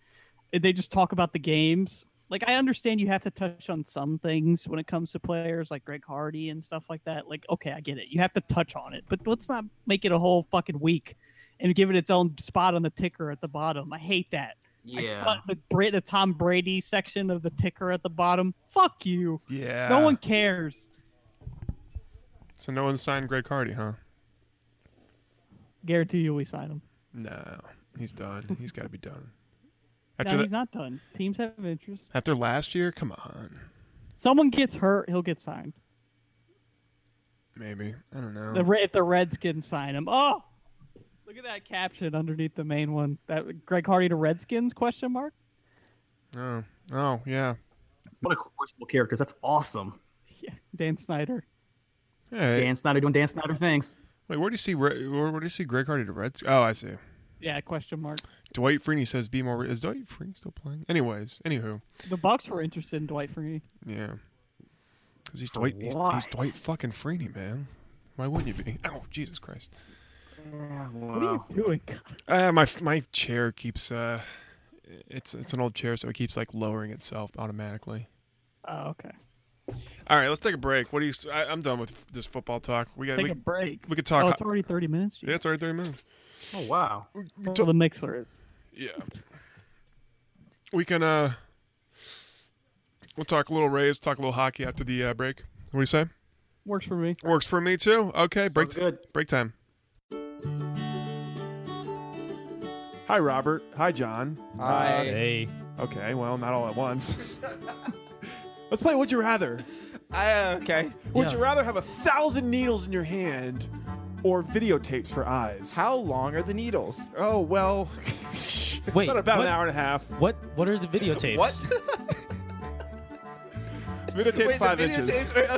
they just talk about the games. Like, I understand you have to touch on some things when it comes to players like Greg Hardy and stuff like that. Like, okay, I get it. You have to touch on it, but let's not make it a whole fucking week and give it its own spot on the ticker at the bottom. I hate that. I
Yeah,
thought the Bra- the Tom Brady section of the ticker at the bottom. Fuck you.
Yeah.
No one cares.
So no one signed Greg Hardy, huh?
Guarantee you, we sign him.
No, he's done. He's got to be done.
*laughs* No,
After
he's
that,
not done. Teams have interest.
after last year, come on.
Someone gets hurt, he'll get signed.
Maybe I don't know.
The Re- if the Redskins sign him. Oh, look at that caption underneath the main one. That Greg Hardy to Redskins question mark. *laughs*
oh, oh yeah.
what a questionable characters. That's awesome.
Yeah, Dan Snyder.
Hey,
Dan Snyder doing Dan Snyder things.
wait. Where do you see? Re- Where, where do you see Greg Hardy to Reds? Oh, I see.
Yeah, question mark.
Dwight Freeney says, "Be more." Re-. Is Dwight Freeney still playing? Anyways, anywho,
The Bucks were interested in Dwight Freeney.
yeah. Because he's
For
Dwight. He's, he's
what?
Dwight fucking Freeney, man. Why wouldn't you be? *laughs* Oh, Jesus Christ.
Yeah,
What are
wow.
you doing? *laughs*
Uh, my my chair keeps. uh It's it's an old chair, so it keeps like lowering itself automatically.
Oh, okay.
All right, let's take a break. What do you? s- I, am done with this football talk. We got.
Take
we,
a break.
we could
Oh,
talk.
it's already thirty minutes.
yeah, it's already thirty minutes.
Oh wow.
We-
Well, the mixer is.
Yeah. We can uh we'll talk a little Rays, talk a little hockey after the uh, break. What do you say?
Works for me.
Works for me too. Okay, break
Sounds good.
break time. Hi Robert. Hi John.
Hi.
Hey.
Okay, well, not all at once. *laughs* Let's play Would You Rather.
I, okay.
Would
Yeah.
you rather have a thousand needles in your hand or videotapes for eyes?
How long are the needles?
Oh well, *laughs*
Wait,
about, about
what?
an hour and a half.
What what are the videotapes?
*laughs* What?
Videotape
Wait, the
five
video
inches.
tapes are-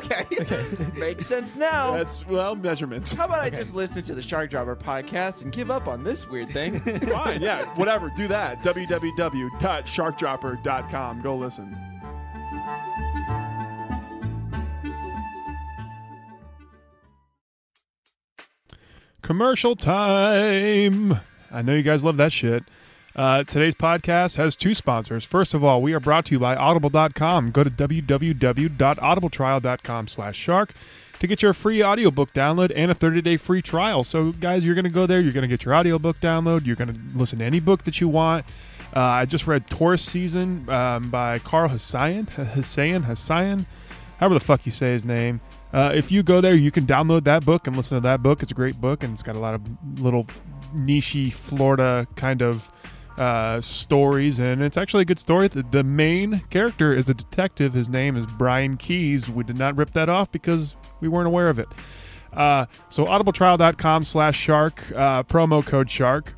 *laughs*
Okay. Makes sense now.
That's well measurement.
How about I just listen to the Shark Dropper podcast and give up on this weird thing?
Fine, yeah, whatever. Do that. www.sharkdropper.com. Go listen. Commercial time. I know you guys love that shit. Uh, today's podcast has two sponsors. First of all, we are brought to you by Audible.com. Go to www.audibletrial.com slash shark to get your free audiobook download and a 30-day free trial. So, guys, you're going to go there. You're going to get your audiobook download. You're going to listen to any book that you want. Uh, I just read Taurus Season um, by Carl *laughs* Hassan. Hassan. Hassan however the fuck you say his name. Uh, if you go there, you can download that book and listen to that book. It's a great book, and it's got a lot of little nichey Florida kind of uh, stories, and it's actually a good story. The, the main character is a detective. His name is Brian Keys. We did not rip that off because we weren't aware of it. Uh, so audibletrial.com slash shark, uh, promo code shark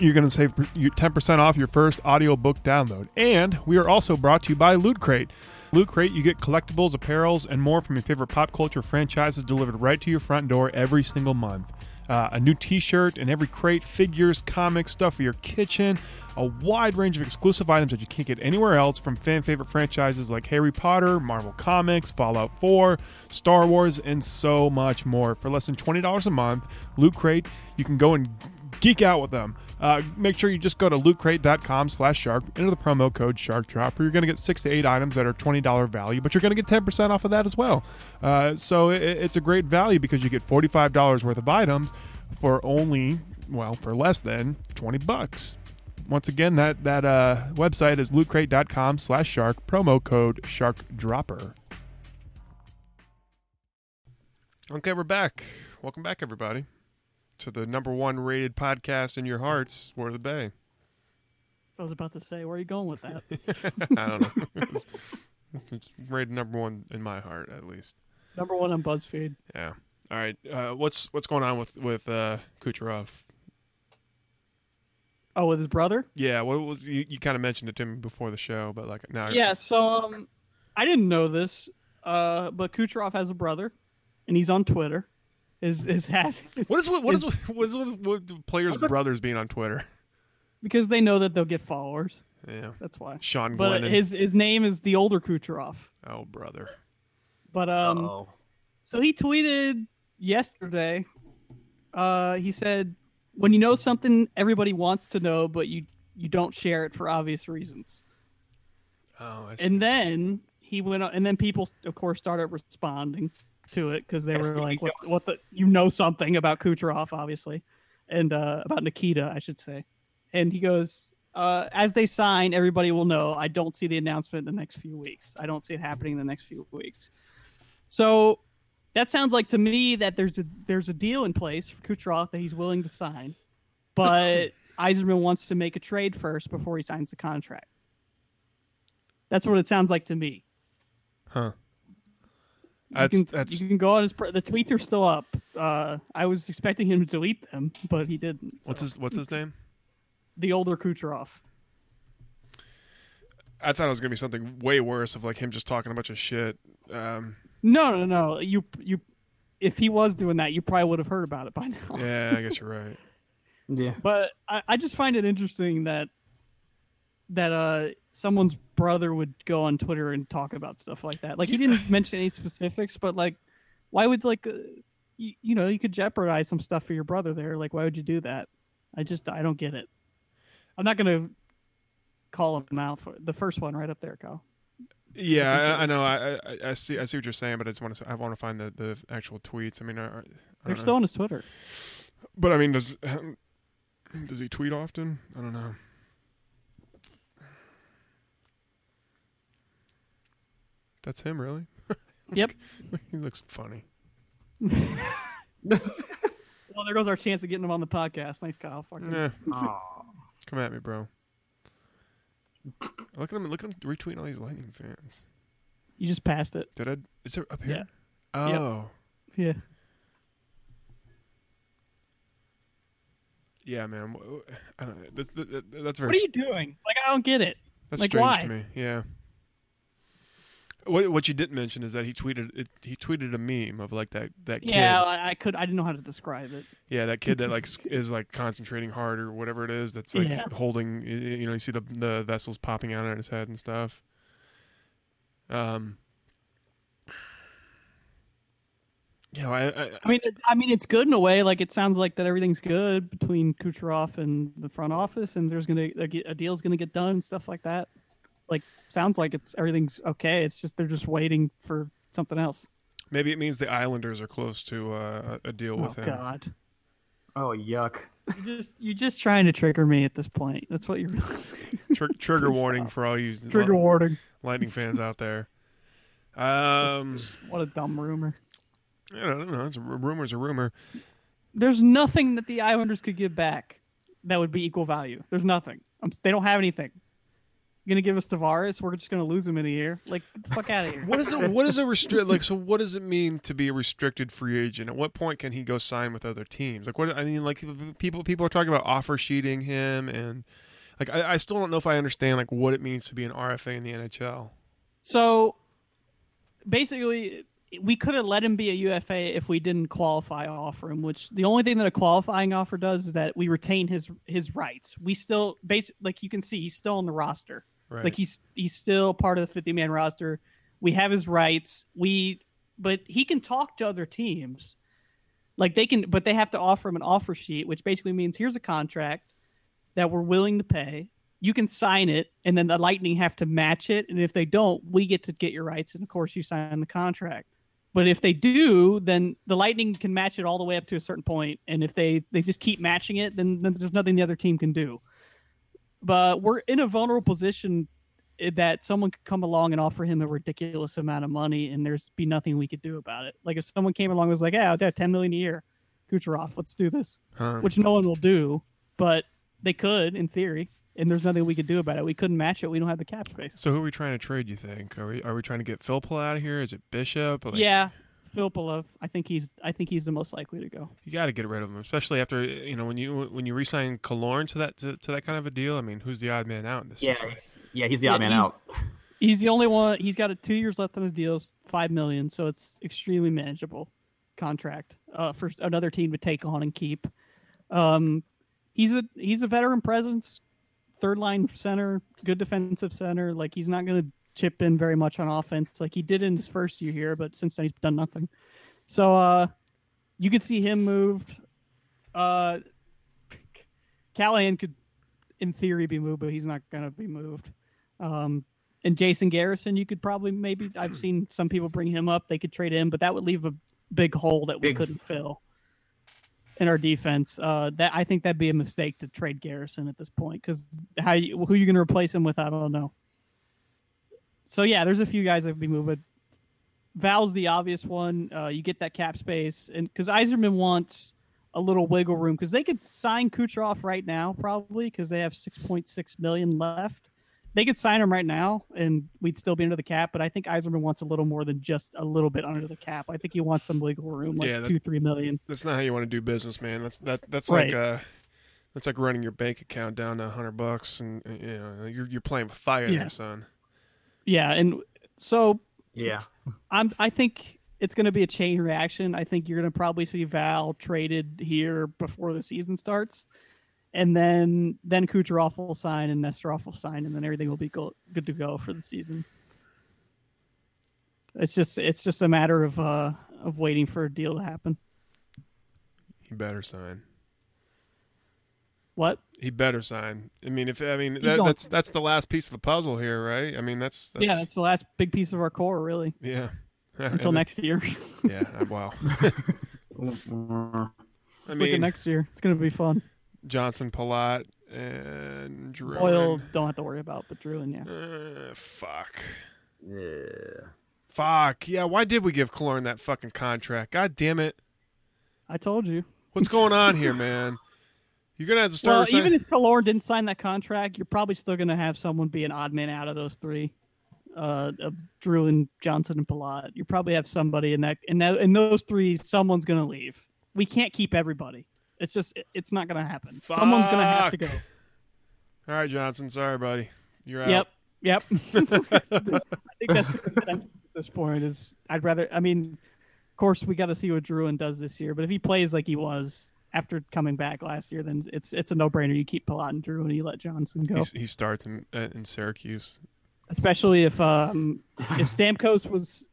you're going to save you 10% off your first audiobook download. And we are also brought to you by Loot Crate. Loot Crate, you get collectibles, apparels, and more from your favorite pop culture franchises delivered right to your front door every single month. uh, a new t shirt in every crate, figures, comics, stuff for your kitchen, a wide range of exclusive items that you can't get anywhere else from fan favorite franchises like Harry Potter, Marvel Comics, Fallout 4, Star Wars, and so much more. For less than $20 a month, Loot Crate, you can go and geek out with them. Uh, make sure you just go to lootcrate.com slash shark, enter the promo code shark drop, or you're going to get six to eight items that are $20 value, but you're going to get 10% off of that as well. Uh, so it, it's a great value because you get $45 worth of items for only, well, for less than 20 bucks. Once again, that, that uh, website is lootcrate.com slash shark, promo code shark dropper. Okay, we're back. Welcome back, everybody to the number one rated podcast in your hearts, War of the *laughs* Bay.
I was about to say, where are you going with
*laughs*
that?
I don't know. *laughs* it's rated number one in my heart, at least.
Number one on BuzzFeed.
Yeah. All right. Uh, what's what's going on with with uh, Kucherov?
Oh, with his brother?
Yeah. What was you, you kind of mentioned it to me before the show, but like now.
Yeah, so um, I didn't know this, uh, but Kucherov has a brother, and he's on Twitter. Is is has
What is what what is *laughs* what is with, with the players' brothers being on Twitter?
*laughs*
*laughs*
because they know that they'll get followers.
Yeah.
That's why.
Sean
But
Glennon.
his his name is the older Kucherov.
oh, brother.
But um,
oh,
So he tweeted yesterday. Uh, he said, "When you know something everybody wants to know, but you you don't share it for obvious reasons."
Oh, I see.
And then he went, on, and then people, of course, started responding to it because they were
STD
like, what,
dogs.
"What the? You know something about Kucherov, obviously, and uh, about Nikita, I should say." And he goes, uh, "As they sign, everybody will know. I don't see the announcement in the next few weeks. I don't see it happening in the next few weeks." So that sounds like to me that there's a there's a deal in place for Kucherov that he's willing to sign, but Eisenman wants to make a trade first before he signs the contract. That's what it sounds like to me.
huh.
You
That's
can-
that's
you can go on his pr- the tweets are still up. Uh, I was expecting him to delete them, but he didn't.
what's
so.
his what's his name?
the older Kucherov?
I thought it was gonna be something way worse of like him just talking a bunch of shit. Um,
No, no, no. You you, if he was doing that, you probably would have heard about it by now.
yeah, I guess you're
*laughs*
right.
yeah.
But I, I just find it interesting that that uh someone's brother would go on Twitter and talk about stuff like that. Like he didn't mention any specifics, but like, why would like, uh, you, you know, you could jeopardize some stuff for your brother there. Like, why would you do that? I just I don't get it. I'm not gonna call him out for the first one right up there, Kyle.
Yeah,
think it
I, I
was-
know.
*laughs*
I, I I see. I see what you're saying, but I just want to. I want to find the, the actual tweets. I mean, I, I don't
They're
know.
still on his Twitter.
But I mean, does *clears throat* does he tweet often? I don't know. That's him, really. *laughs*
Yep.
he looks funny.
Well, there goes our chance of getting him on the podcast. Thanks, Kyle. Fucking
Nah,
Aw.
come at me, bro. Look at him! Look at him retweeting all these Lightning fans.
you just passed it.
Did I? Is it up here?
Yep.
Oh,
Yeah.
yeah, man. Wh- wh- I don't know. This, th th- that's very
What are you doing? Like I don't get it.
That's
Like,
strange
why?
to me. Yeah. What what you didn't mention is that he tweeted it, he tweeted a meme of like that that
Yeah,
kid
I, I could. I didn't know how to describe it.
yeah that kid that like s- *laughs* is like concentrating hard or whatever it is that's like
Yeah.
holding y- y- you know you see the the vessels popping out on his head and stuff. Um. Yeah, I, I,
I mean, it, I mean, it's good in a way. Like it sounds like that everything's good between Kucherov and the front office, and there's gonna a, a deal's gonna get done and stuff like that. Like sounds like it's everything's okay. It's just they're just waiting for something else.
maybe it means the Islanders are close to uh, a a deal
Oh
with him.
God!
Oh, yuck.
You just you're just trying to trigger me at this point. That's what you're
Tr- trigger
Please
warning
stop.
for all you
*laughs* trigger
li-
warning.
Lightning fans out
*laughs*
there. Um,
What a dumb rumor.
I don't know. It's a rumor's a rumor.
There's nothing that the Islanders could give back that would be equal value. There's nothing. I'm, they don't have anything. You're gonna give us Tavares? We're just gonna lose him in a year. Like get the fuck out of here.
What is it? What *laughs* is a restrict? Like, so what does it mean to be a restricted free agent? At what point can he go sign with other teams? Like, what I mean, like people people are talking about offer sheeting him, and like I, I still don't know if I understand like what it means to be an RFA in the NHL.
So basically, we could have let him be a UFA if we didn't qualify offer him. Which the only thing that a qualifying offer does is that we retain his his rights. We still basic like you can see he's still on the roster.
Right.
Like he's he's still part of the 50 man roster. We have his rights. We but he can talk to other teams. Like they can but they have to offer him an offer sheet, which basically means here's a contract that we're willing to pay. You can sign it and then the Lightning have to match it and if they don't, we get to get your rights and of course you sign the contract. But if they do, then the Lightning can match it all the way up to a certain point and if they they just keep matching it, then, then there's nothing the other team can do but we're in a vulnerable position i- eh, that someone could come along and offer him a ridiculous amount of money and there's be nothing we could do about it. Like if someone came along and was like, Yeah, I'll do 10 million a year, Kucherov, let's do this.
Huh.
Which no one will do, but they could in theory, and there's nothing we could do about it. We couldn't match it, we don't have the cap space.
So who are we trying to trade? You think? Are we are we trying to get Philpool out of here? Is it Bishop? Like,
yeah. Filipov, I think he's I think he's the most likely to go.
you got to get rid of him, especially after you know when you when you resign Kalorn to that to, to that kind of a deal. I mean, who's the odd man out in this?
Yeah,
situation?
yeah, he's the
Yeah,
odd man
he's-
out.
He's the only one he's got a two years left on his deals, five million, so it's extremely manageable contract uh, for another team to take on and keep. Um, he's a he's a veteran presence, third line center, good defensive center. Like he's not going to chip in very much on offense, like he did in his first year here, but since then he's done nothing. So uh, you could see him moved. Uh, Callahan could, in theory, be moved, but he's not going to be moved. Um, and Jason Garrison, you could probably maybe I've seen some people bring him up. They could trade him, but that would leave a big hole that we
Big-
couldn't fill in our defense. Uh, that I think that'd be a mistake to trade Garrison at this point because how you, who you going to replace him with? I don't know. So yeah, there's a few guys that would be moved. Val's the obvious one. Uh, you get that cap space, and because Eiserman wants a little wiggle room because they could sign Kucherov right now probably because they have 6.6 million left. They could sign him right now, and we'd still be under the cap. But I think Eiserman wants a little more than just a little bit under the cap. I think he wants some wiggle room, like
Yeah, that-
two, three million.
That's not how you want to do business, man. That's that that's like uh
Right.
that's like running your bank account down to a hundred bucks, and uh, you know you're you're playing with fire
Yeah.
there, son.
Yeah, and so
Yeah,
I'm. I think it's going to be a chain reaction. I think you're going to probably see Val traded here before the season starts, and then then Kucherov will sign and Nesterov will sign, and then everything will be go- good to go for the season. It's just it's just a matter of uh of waiting for a deal to happen.
He better sign.
What?
He better sign. I mean, if I mean
He's
that,
going
that's that's the last piece of the puzzle here, right? I mean, that's, that's
yeah, that's the last big piece of our core, really,
yeah. *laughs*
until
And-
next year. *laughs*
Yeah. uh, Wow. I
Look at
mean,
next year. It's going to be fun.
Johnson, Palat, and Drew.
Oil, don't have to worry about, but Drew and yeah.
Uh, fuck.
*laughs* yeah.
Fuck. Yeah. Why did we give Kalorn that fucking contract? God damn it.
I told you.
What's going on here, man? You're gonna have to start.
Well,
resigning-
even if Kalorn didn't sign that contract, you're probably still going to have someone be an odd man out of those three, uh, of Drew and Johnson and Palat. You probably have somebody in that, in that, in those three, someone's going to leave. We can't keep everybody. It's just, it- it's not going to happen. Someone's going to have to go.
Fuck. All right, Johnson. Sorry, buddy. You're out.
Yep. Yep. *laughs* I think that's the consensus at this point. Is I'd rather. I mean, of course, we got to see what Druin does this year. But if he plays like he was after coming back last year, then it's it's a no brainer. You keep Palat and Drew, and you let Johnson go.
He's, he starts in uh, in Syracuse.
Especially if um if Stamkos was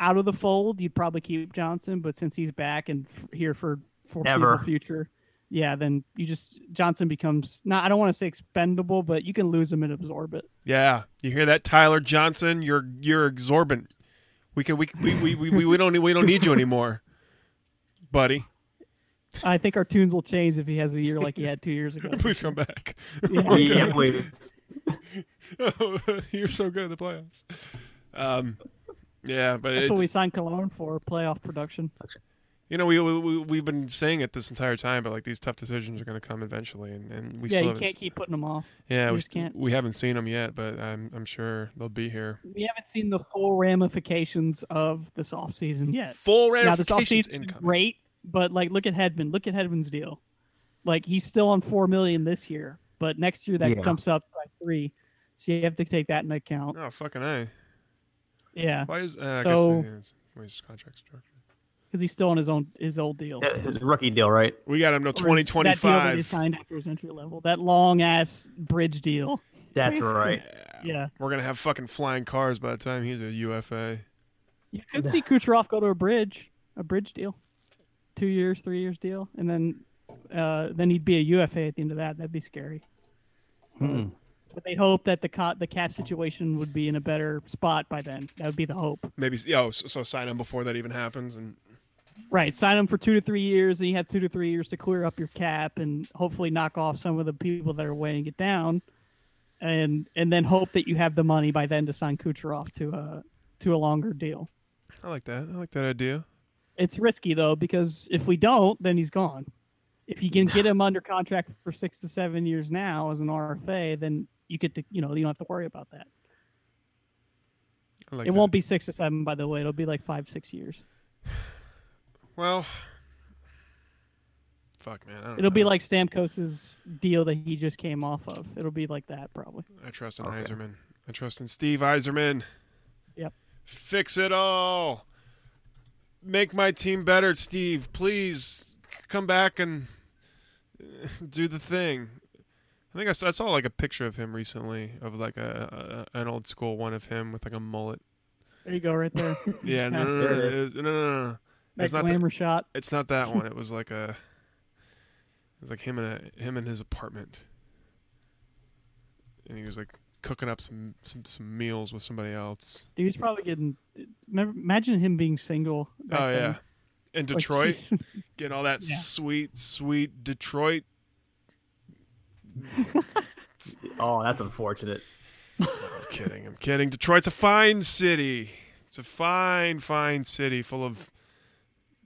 out of the fold, you'd probably keep Johnson. But since he's back and f- here for foreseeable
Ever.
future. Yeah, then you just Johnson becomes not. I don't want to say expendable, but you can lose him and absorb it.
Yeah, you hear that, Tyler Johnson? You're you're exorbitant. We can we we we, we, we, we don't need- we don't need you anymore, *laughs* buddy. *laughs*
I think our tunes will change if he has a year like he had two
*laughs*
years ago.
Please come back. *laughs*
Yeah.
yeah, please.
you're so good *laughs* at the playoffs. Um, yeah, but
That's
it,
what we signed Cologne for playoff production.
you know we, we we- we've been saying it this entire time, but like these tough decisions are going to come eventually, and and we
yeah,
still
you
haven't
can't keep putting them off.
yeah
you
we
just can't.
we haven't seen them yet, but I'm I'm sure they'll be here.
We haven't seen the full ramifications of this offseason yet.
Full
Now, this
ramifications
offseason is
incoming.
great, but like, look at Hedman. Look at Hedman's deal. Like, he's still on four million this year, but next year that
Yeah.
jumps up by three. So you have to take that into account.
Oh fucking a!
Yeah.
Why is uh, I guess
So-
it is. Where's his contract structure?
because he's still on his own his old deal.
That- It's a rookie deal, right?
We got him till
Or his- That deal that he
2025.
signed after his entry level. That long ass bridge deal.
That's
Basically.
right.
Yeah.
We're gonna have fucking flying cars by the time he's a UFA.
You could see Kucherov go to a bridge, a bridge deal, two years, three years deal, and then, uh, then he'd be a UFA at the end of that. That'd be scary.
Hmm.
But they hope that the co- the cap situation would be in a better spot by then. That would be the hope,
Maybe yo, so, so sign him before that even happens, and
right? Sign him for two to three years, and you have two to three years to clear up your cap and hopefully knock off some of the people that are weighing it down, and and then hope that you have the money by then to sign Kucherov to a to a longer deal.
I like that. I like that idea.
It's risky though because if we don't, then he's gone. If you can get him under contract for six to seven years now as an RFA, then you get to you know you don't have to worry about that.
I like
it
that.
won't be six to seven, by the way. It'll be like five six years.
Well, fuck, man. I don't
It'll
know.
be like Stamkos's deal that he just came off of. It'll be like that probably.
I trust in
Okay.
Iserman. I trust in Steve Iserman.
Yep.
Fix it all. Make my team better, Steve. Please c- come back and uh, do the thing. I think I s- I saw, like a picture of him recently of like a, a an old school one of him with like a mullet.
There you go, right
*laughs*
there.
Yeah, no,
kinda
no, no,
stare
no,
at
it was- no, no, no, no.
that
It's not
glamour shot.
It's not that
*laughs*
one. It was like a. It was like him and a, him in his apartment. And he was like cooking up some some, some meals with somebody else.
Dude, he's probably getting. Remember, imagine him being single. back
oh
then.
yeah, in
Like,
Detroit,
he's-
getting all that
Yeah.
sweet sweet Detroit.
Oh, that's unfortunate.
I'm kidding. I'm kidding. Detroit's a fine city. It's a fine fine city full of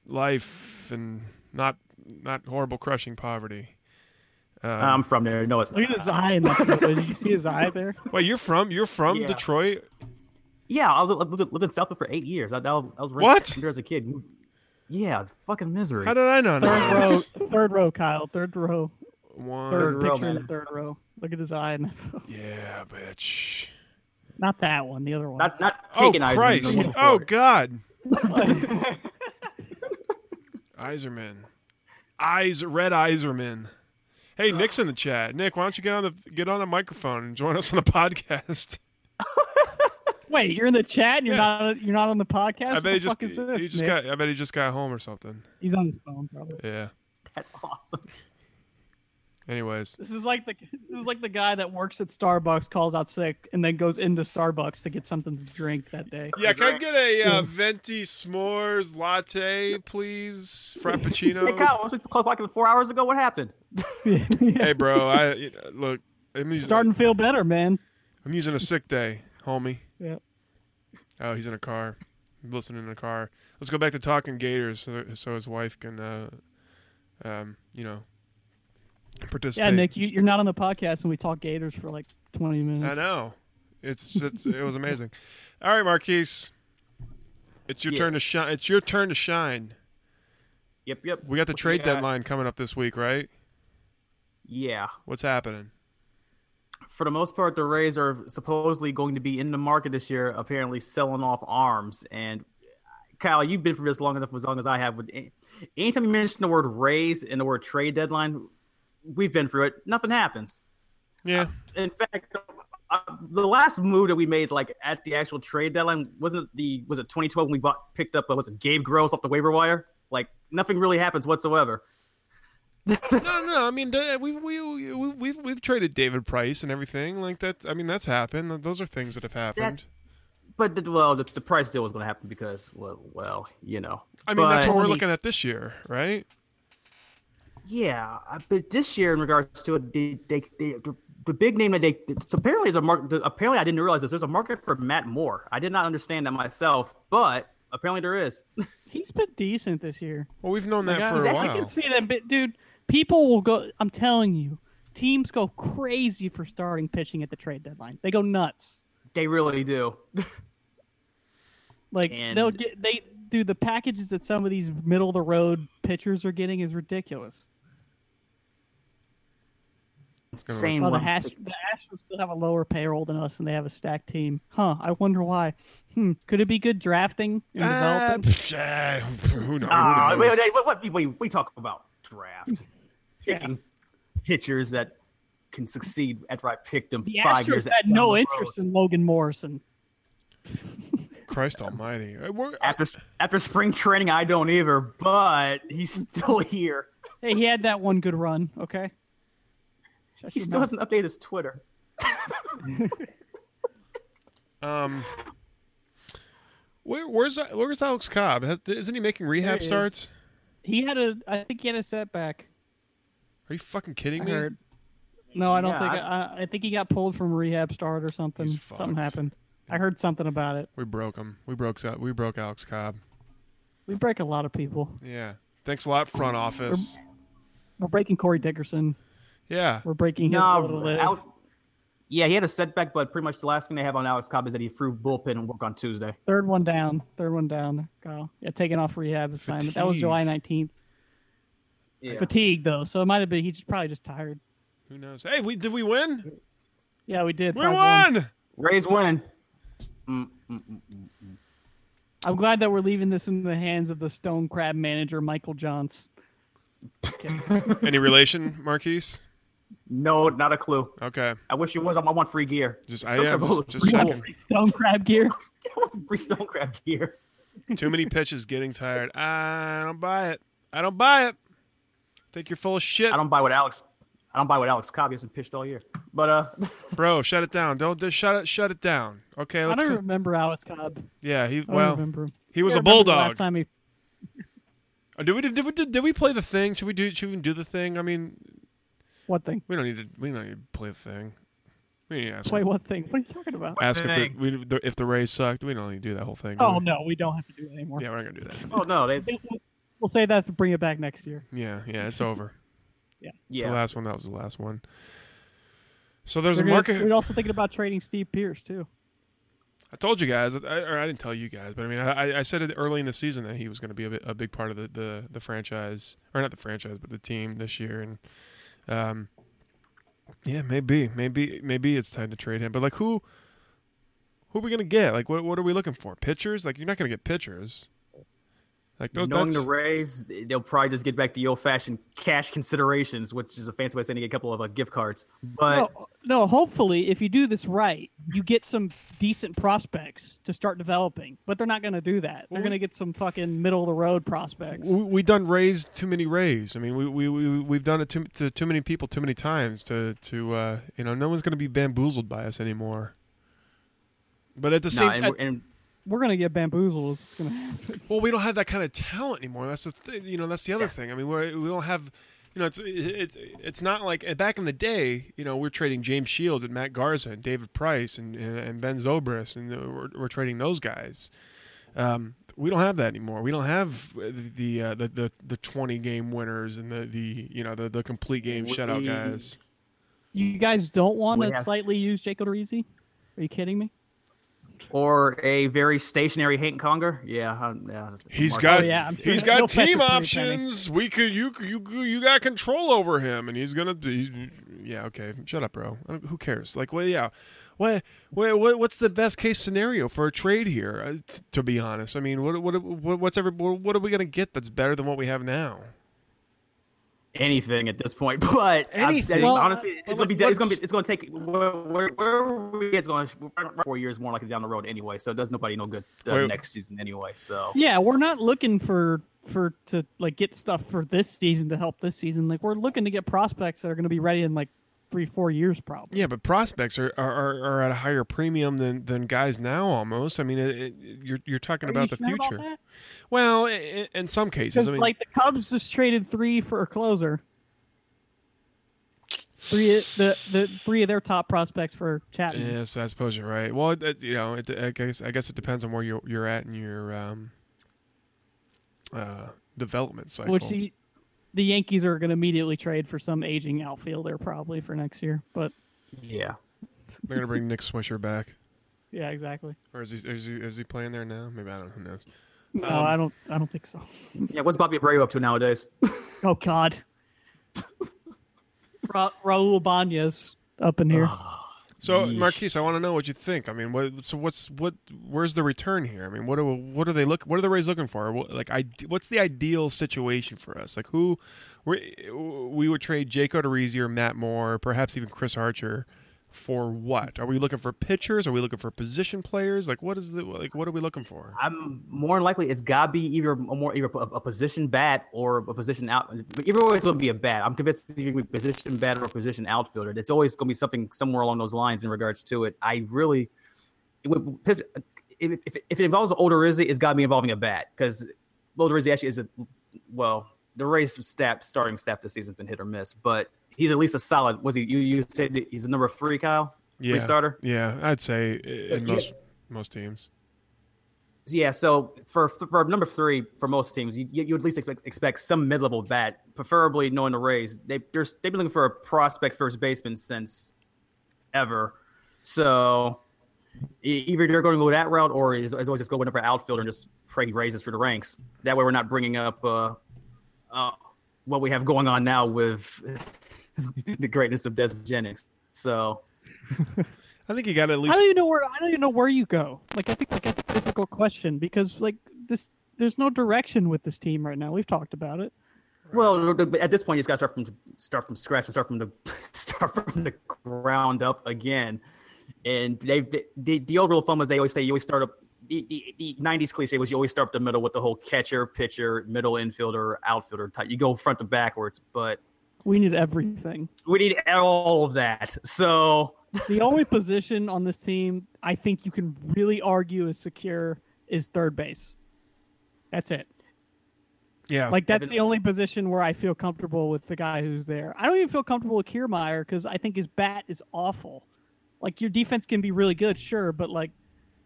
life and not not horrible crushing poverty. Um,
I'm from there. No,
*laughs*
it's
Look at his eye in that photo. Did you see his eye
*laughs*
there?
wait, you're from you're from
Yeah.
Detroit?
Yeah, I was I lived, lived in Southland for eight years. I, I was I was raised
What?
there as a kid. Yeah, it's fucking misery.
How did I not know?
Third
this?
row, third row, Kyle. Third row.
One.
Third,
row,
picture in the
man.
third row. Look at his eye. In that photo.
Yeah, bitch.
Not that one. The other one.
Not not
Oh
taking Iserman,
Christ!
the one
Oh
before.
God! Iserman, eyes red Iserman.
*sighs*
Hey, Nick's in the chat. Nick, why don't you get on the get on the microphone and join us on the podcast? *laughs*
Wait, you're in the chat. And you're
Yeah.
not. You're not on the podcast.
I bet
what the
he just,
fuck is
he
this?
just
Nick?
got I bet he just got home or something.
He's on his phone probably.
Yeah.
*laughs* That's awesome.
Anyways,
This is like the this is like the guy that works at Starbucks calls out sick and then goes into Starbucks to get something to drink that day.
yeah, can I get a
uh,
venti s'mores latte, please?
Hey,
Frappuccino.
Kyle, once we close walking four hours ago, what happened?
*laughs* Yeah.
hey, bro. I you know, look. I'm using,
Starting to feel better, man.
I'm using a sick day, homie.
Yeah.
Oh, he's in a car. He's listening in a car. Let's go back to talking Gators, so so his wife can, uh, um, you know, participate.
Yeah, Nick, you, you're not on the podcast and we talk Gators for like 20
I
minutes.
know. It's, it's it was
*laughs*
amazing. All right, Marquise, it's your
Yeah.
turn to shine. It's your turn to shine.
Yep, yep.
We got the
What
trade
got?
deadline coming up this week, right?
Yeah.
What's happening?
For the most part, the Rays are supposedly going to be in the market this year, apparently selling off arms. And Kyle, you've been for this long enough, as long as I have. With anytime you mention the word Rays and the word trade deadline, we've been through it. Nothing happens.
Yeah,
in fact, uh, the last move that we made, like at the actual trade deadline, wasn't the was it 2012 when we bought picked up uh, was it Gabe Gross off the waiver wire? Like nothing really happens whatsoever.
no, no, no. I mean, da- we we we we- we've, we've traded David Price and everything like that. I mean, that's happened. Those are things that have happened.
But the, well, the, the price deal was going to happen because well, well, you know.
I mean, that's
But-
what we're looking at this year, right?
Yeah, uh, but this year in regards to it, they, they, they, the- the big name that they so apparently is a market. Apparently, I didn't realize this. There's a market for Matt Moore. I did not understand that myself, but apparently there is. *laughs*
He's been decent this year.
Well, we've known that
Like,
for
I,
a
I
while.
can see that, but dude, people will go. I'm telling you, teams go crazy for starting pitching at the trade deadline. They go nuts.
they really do.
Like
And-
they'll get they do the packages that some of these middle of the road pitchers are getting is ridiculous.
gonna
Same
Well, the
one.
Hash the Astros still have a lower payroll than us, and they have a stacked team. Huh? I wonder why. Hmm, could it be good drafting and
Uh,
Ah,
developing?
psh, ah, who knows?
Ah,
who
wait,
knows?
wait, what, what, wait, we talk about
*laughs*
draft. Picking pitchers that can succeed after I picked them
The
five years
Astros had
down the
no
road.
interest in Logan Morrison.
Christ Almighty! Uh, we're-
After after spring training, I don't either, but he's *laughs* still here.
Hey, he had that one good run. Okay. Shut
He
your
still
mouth.
hasn't updated his Twitter.
Um, where, where's uh, where's Alex Cobb? Has- Isn't he making
There
rehab
he is.
starts?
He had a. I think he had a setback.
Are you fucking kidding
I
me?
heard. No, I don't
Yeah,
think.
I-
I, I think he got pulled from rehab start or something.
He's
Something
fucked.
happened. I heard something about it.
We broke him. We broke Al- we broke Alex Cobb.
We break a lot of people.
Yeah. Thanks a lot, front office.
We're breaking Corey Dickerson.
Yeah.
We're breaking his will to
No,
live.
Al- yeah, he had a setback, but pretty much the last thing they have on Alex Cobb is that he threw bullpen and work on Tuesday.
Third one down. Third one down. Go. Yeah, taking off rehab assignment. That was
Fatigue.
July nineteenth.
Yeah.
Fatigue though, so it might have been. He's probably just tired.
Who knows? Hey, we did we win?
Yeah, we did.
We
5-1.
won.
Rays win.
I'm glad that we're leaving this in the hands of the stone crab manager,
*laughs*
Michael Johns.
Any relation, Marquise?
No, not a clue.
Okay.
I wish he was. I want free gear.
Just I
Stone
am
Crab
just,
Bowls.
just checking.
Stone crab gear.
I want *laughs* free Stone Crab gear.
Too many pitches, getting tired. I don't buy it. I don't buy it. Think you're full of shit,
I don't buy what Alex. I don't buy what Alex Cobb hasn't pitched all year. But uh, *laughs*
bro. Shut it down. Don't just shut it. Shut it down. Okay.
I
Let's.
don't
go-
remember Alex Cobb.
Yeah. He
I don't
well.
remember.
He was
I
a
remember the
bulldog.
Last time he,
Uh, Did we did, we did, did we play the thing? Should we do should we do the thing? I mean,
what thing?
we don't need to we don't need to play the thing. We need to ask,
Play what thing? What are you talking about?
ask if the,
Thing.
we, the if the Rays sucked. We don't need to do that whole thing. do
Oh
we?
no, we don't have to do it anymore.
Yeah, we're not gonna do that.
oh no, they
We'll, we'll say that to bring it back next year.
Yeah, yeah, it's over. The
yeah.
last one that was the last one. So there's
We're
a
gonna-
market.
We're also thinking about trading Steve Pierce too.
I told you guys, I, or I didn't tell you guys, but I mean, I, I said it early in the season that he was going to be a, bit, a big part of the, the, the franchise, or not the franchise, but the team this year. And um, yeah, maybe, maybe, maybe it's time to trade him. But like, who, who are we going to get? Like, what, what are we looking for? Pitchers? Like, you're not going to get pitchers. Like those.
Knowing the
that's-
Rays, they'll probably just get back to the old-fashioned cash considerations, which is a fancy way of saying to get a couple of uh, gift cards. But
no, no, hopefully, if you do this right, you get some decent prospects to start developing. But they're not going to do that. They're
Well, we-
going to get some fucking middle of the road prospects.
we, we done raised too many rays. I mean, we we we we have done it too, to too many people too many times to to uh, you know no one's going to be bamboozled by us anymore. But at the
no,
same
and,
at-
we're- and
We're going to get bamboozled. It's going to happen.
well, we don't have that kind of talent anymore. That's the thing. You know, that's the other thing. I mean, we're, we don't have. You know, it's it's it's not like eh, back in the day. You know, we're trading James Shields and Matt Garza and David Price and and, and Ben Zobrist, and uh, we're, we're trading those guys. Um, we don't have that anymore. We don't have the uh, the the the twenty game winners and the the you know the the complete game
We-
shutout guys.
You guys don't want
We
to
have-
slightly use Jake Odorizzi? Are you kidding me?
or a very stationary Hank Conger. Yeah, um, yeah.
He's
Mark-
got
Oh, yeah, I'm sure
he's
that-
got
he'll fetch
team
a pretty penny.
options. We could you you you got control over him, and he's gonna he's, yeah okay shut up bro. I don't- Who cares? Like well yeah, what what what- what's the best case scenario for a trade here? Uh, t- to be honest, I mean what what what what's every what what are we gonna get that's better than what we have now?
anything at this point. *laughs* But I- I think,
Anything. Well,
honestly, it's
but
gonna be
like,
it's gonna be
what's-
it's gonna take where where, where we it's going to four years more likely down the road anyway. So it does nobody no good uh,
Wait.
next season anyway. So
Yeah, we're not looking for for to like get stuff for this season to help this season. Like we're looking to get prospects that are going to be ready in like three four years probably.
Yeah, but prospects are are, are, are at a higher premium than than guys now almost. I mean it, it, you're you're talking
Are
about
you
the
sure about
future.
that?
well, i- i- in some cases,
Because
I mean,
like the Cubs just traded three for a closer. Three the the three of their top prospects for Chapman.
Yes, I suppose you're right. Well, it, it- you know, it, I guess I guess it depends on where you're you're at in your um, uh, development cycle.
which the, the Yankees are going to immediately trade for some aging outfielder probably for next year. But
yeah.
They're gonna bring Nick Swisher back,
yeah, exactly.
or is he is he is he playing there now? Maybe I don't. Who knows?
No,
Um,
I don't. I don't think so.
Yeah, what's Bobby Abreu up to nowadays?
Oh *laughs*
Uh,
God, Ra- Raul Banez up in here.
*sighs*
So
Yeesh.
Marquise, I want to know what you think. I mean, what, so what's what? Where's the return here? I mean, what do what are they look? What are the Rays looking for? What, like, I, what's the ideal situation for us? Like, who we we would trade Jake Odorizzi or Matt Moore, perhaps even Chris Archer, for what? Are we looking for pitchers? Are we looking for position players? Like, what is the like? What are we looking for?
I'm more than likely it's gotta be either a more either a, a position bat or a position out. Either way, it's gonna be a bat. I'm convinced it's either gonna be a position bat or a position outfielder. It's always gonna be something somewhere along those lines in regards to it. I really, it would, if, if, if it involves older Izzy, it's gotta be involving a bat because older Izzy actually is a well. The Rays staff starting staff this season's been hit or miss, but he's at least a solid. Was he? You you said that he's a number three, Kyle,
Yeah,
three starter.
yeah, I'd say in
yeah.
most most teams.
Yeah, so for for number three, for most teams, you you at least expect, expect some mid level bat, preferably knowing the Rays. They they're, they've been looking for a prospect first baseman since ever, so e- either they're going to go that route, or as, as always, just go whatever outfielder and just pray he raises through the ranks. That way, we're not bringing up uh, uh, what we have going on now with *laughs* the greatness of Des Jennings. So
I think you got to at
I
least
don't even know where I don't even know where you go. Like I think that's a difficult question because like this there's no direction with this team right now. We've talked about it.
Well, but at this point, you just got to start from start from scratch and start from the *laughs* start from the ground up again. And they, they the, the old rule of thumb was they always say you always start up. The, the, the 90s cliche was you always start up the middle with the whole catcher, pitcher, middle infielder, outfielder type. You go front to backwards, but
We need everything.
we need all of that. So *laughs*
The only position on this team I think you can really argue is secure is third base. That's it.
yeah.
Like that's the only position where I feel comfortable with the guy who's there. I don't even feel comfortable with Kiermaier because I think his bat is awful. Like your defense can be really good, sure, but like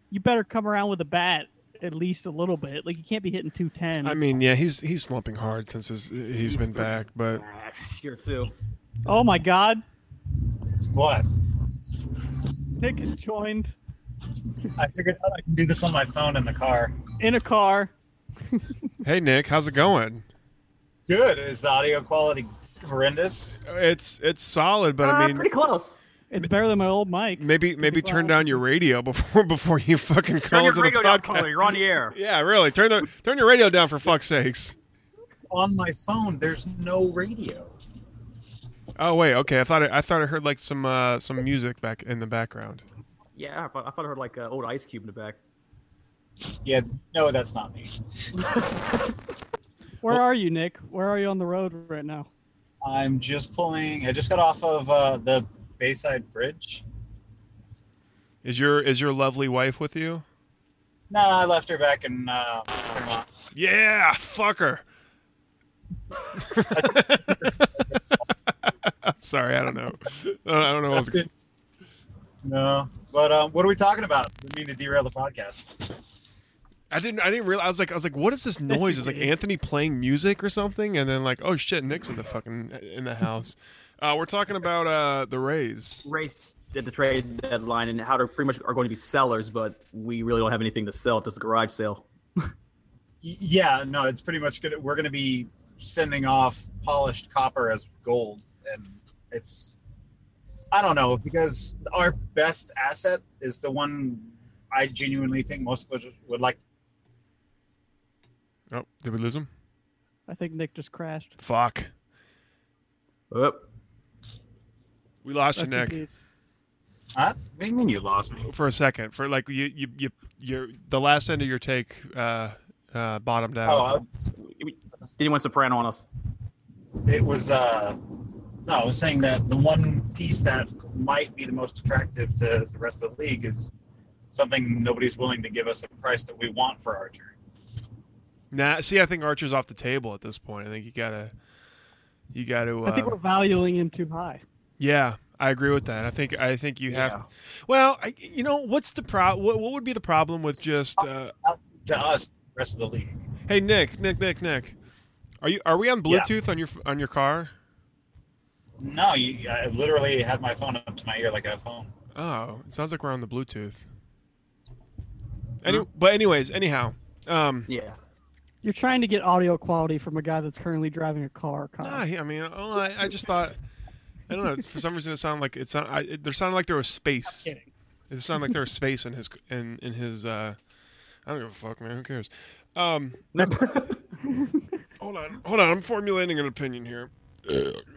you better come around with a bat at least a little bit. Like you can't be hitting two ten.
I mean, yeah, he's he's slumping hard since his, he's been back, but
year two.
Oh my god,
What?
Nick has joined
I figured out I can do this on my phone in the car.
in a car.
hey, Nick, how's it going?
Good. Is the audio quality horrendous?
It's it's solid, but
Uh,
I mean,
pretty close.
It's better than my old mic.
maybe maybe
pretty
turn
loud.
down your radio *laughs* before before you fucking
Turn
call
your
into the
radio down,
podcast.
Color. You're on the air.
*laughs* Yeah, really. Turn the turn your radio down for fuck's sakes.
On my phone, there's no radio.
Oh wait, okay. I thought I, I thought I heard like some uh, some music back in the background.
Yeah, I thought I, thought I heard like uh, old Ice Cube in the back.
Yeah, no, that's not me.
Where are you, Nick? Where are you on the road right now?
I'm just pulling. I just got off of uh, the Bayside Bridge.
Is your is your lovely wife with you?
No, I left her back in uh, Vermont.
Yeah, fuck her. *laughs* Sorry, I don't know. I don't know what's
good. No, but um, what are we talking about? I mean to derail the podcast.
I didn't. I didn't realize. I was like, I was like, what is this noise? It's like
did.
Anthony playing music or something, and then like, oh shit, Nick's in the fucking in the
*laughs*
house. Uh, we're talking about uh, the Rays.
race at the trade deadline and how they pretty much are going to be sellers, but we really don't have anything to sell at this garage sale.
Y- Yeah, no, it's pretty much good. We're going to be sending off polished copper as gold, and it's I don't know because our best asset is the one I genuinely think most of us would like.
Oh, did we lose him?
I think Nick just crashed.
Fuck,
Oh,
we lost you,
Rest in
Nick,
peace.
Huh? What do you mean you lost me?
for a second. For like, you you you your the last end of your take uh, uh, bottomed out.
Oh, I-
didn't want Soprano on us.
it was. uh No, I was saying that the one piece that might be the most attractive to the rest of the league is something nobody's willing to give us the price that we want for Archer.
Nah, see, I think Archer's off the table at this point. I think you gotta, you gotta. Uh,
I think we're valuing him too high.
yeah, I agree with that. I think I think you have.
Yeah.
Well, I, you know, what's the pro? What, what would be the problem with just? Uh,
To us, the rest of the league.
Hey Nick, Nick, Nick, Nick. Are you are we on
Yeah.
Bluetooth on your on your car?
No, you, I literally have my phone up to my ear like a phone.
Oh, it sounds like we're on the Bluetooth. Any, but anyways, anyhow, um,
Yeah.
You're trying to get audio quality from a guy that's currently driving a car. Kyle.
nah, I mean, oh, I, I just thought I don't know. It's, for some reason, it sounded like it sound. I, it, there sounded like there was space.
Kidding.
It sounded like there was space in his in in his. uh I don't give a fuck, man. Who cares? Um, hold on, hold on. I'm formulating an opinion here.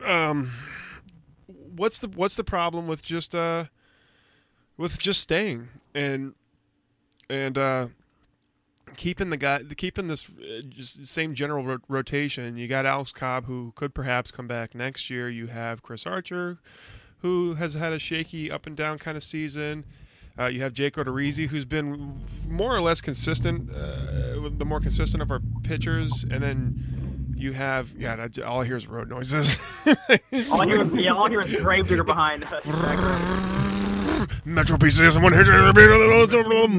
Um, what's the what's the problem with just uh with just staying and and uh keeping the guy keeping this uh, just same general ro- rotation you got alex cobb who could perhaps come back next year you have chris archer who has had a shaky up and down kind of season uh, you have Jake Odorizzi, who's been more or less consistent, uh, with the more consistent of our pitchers, and then you have yeah. That's, all I hear is road noises. *laughs*
all I hear is yeah, all I hear is Gravedigger behind.
Metro PC is one hit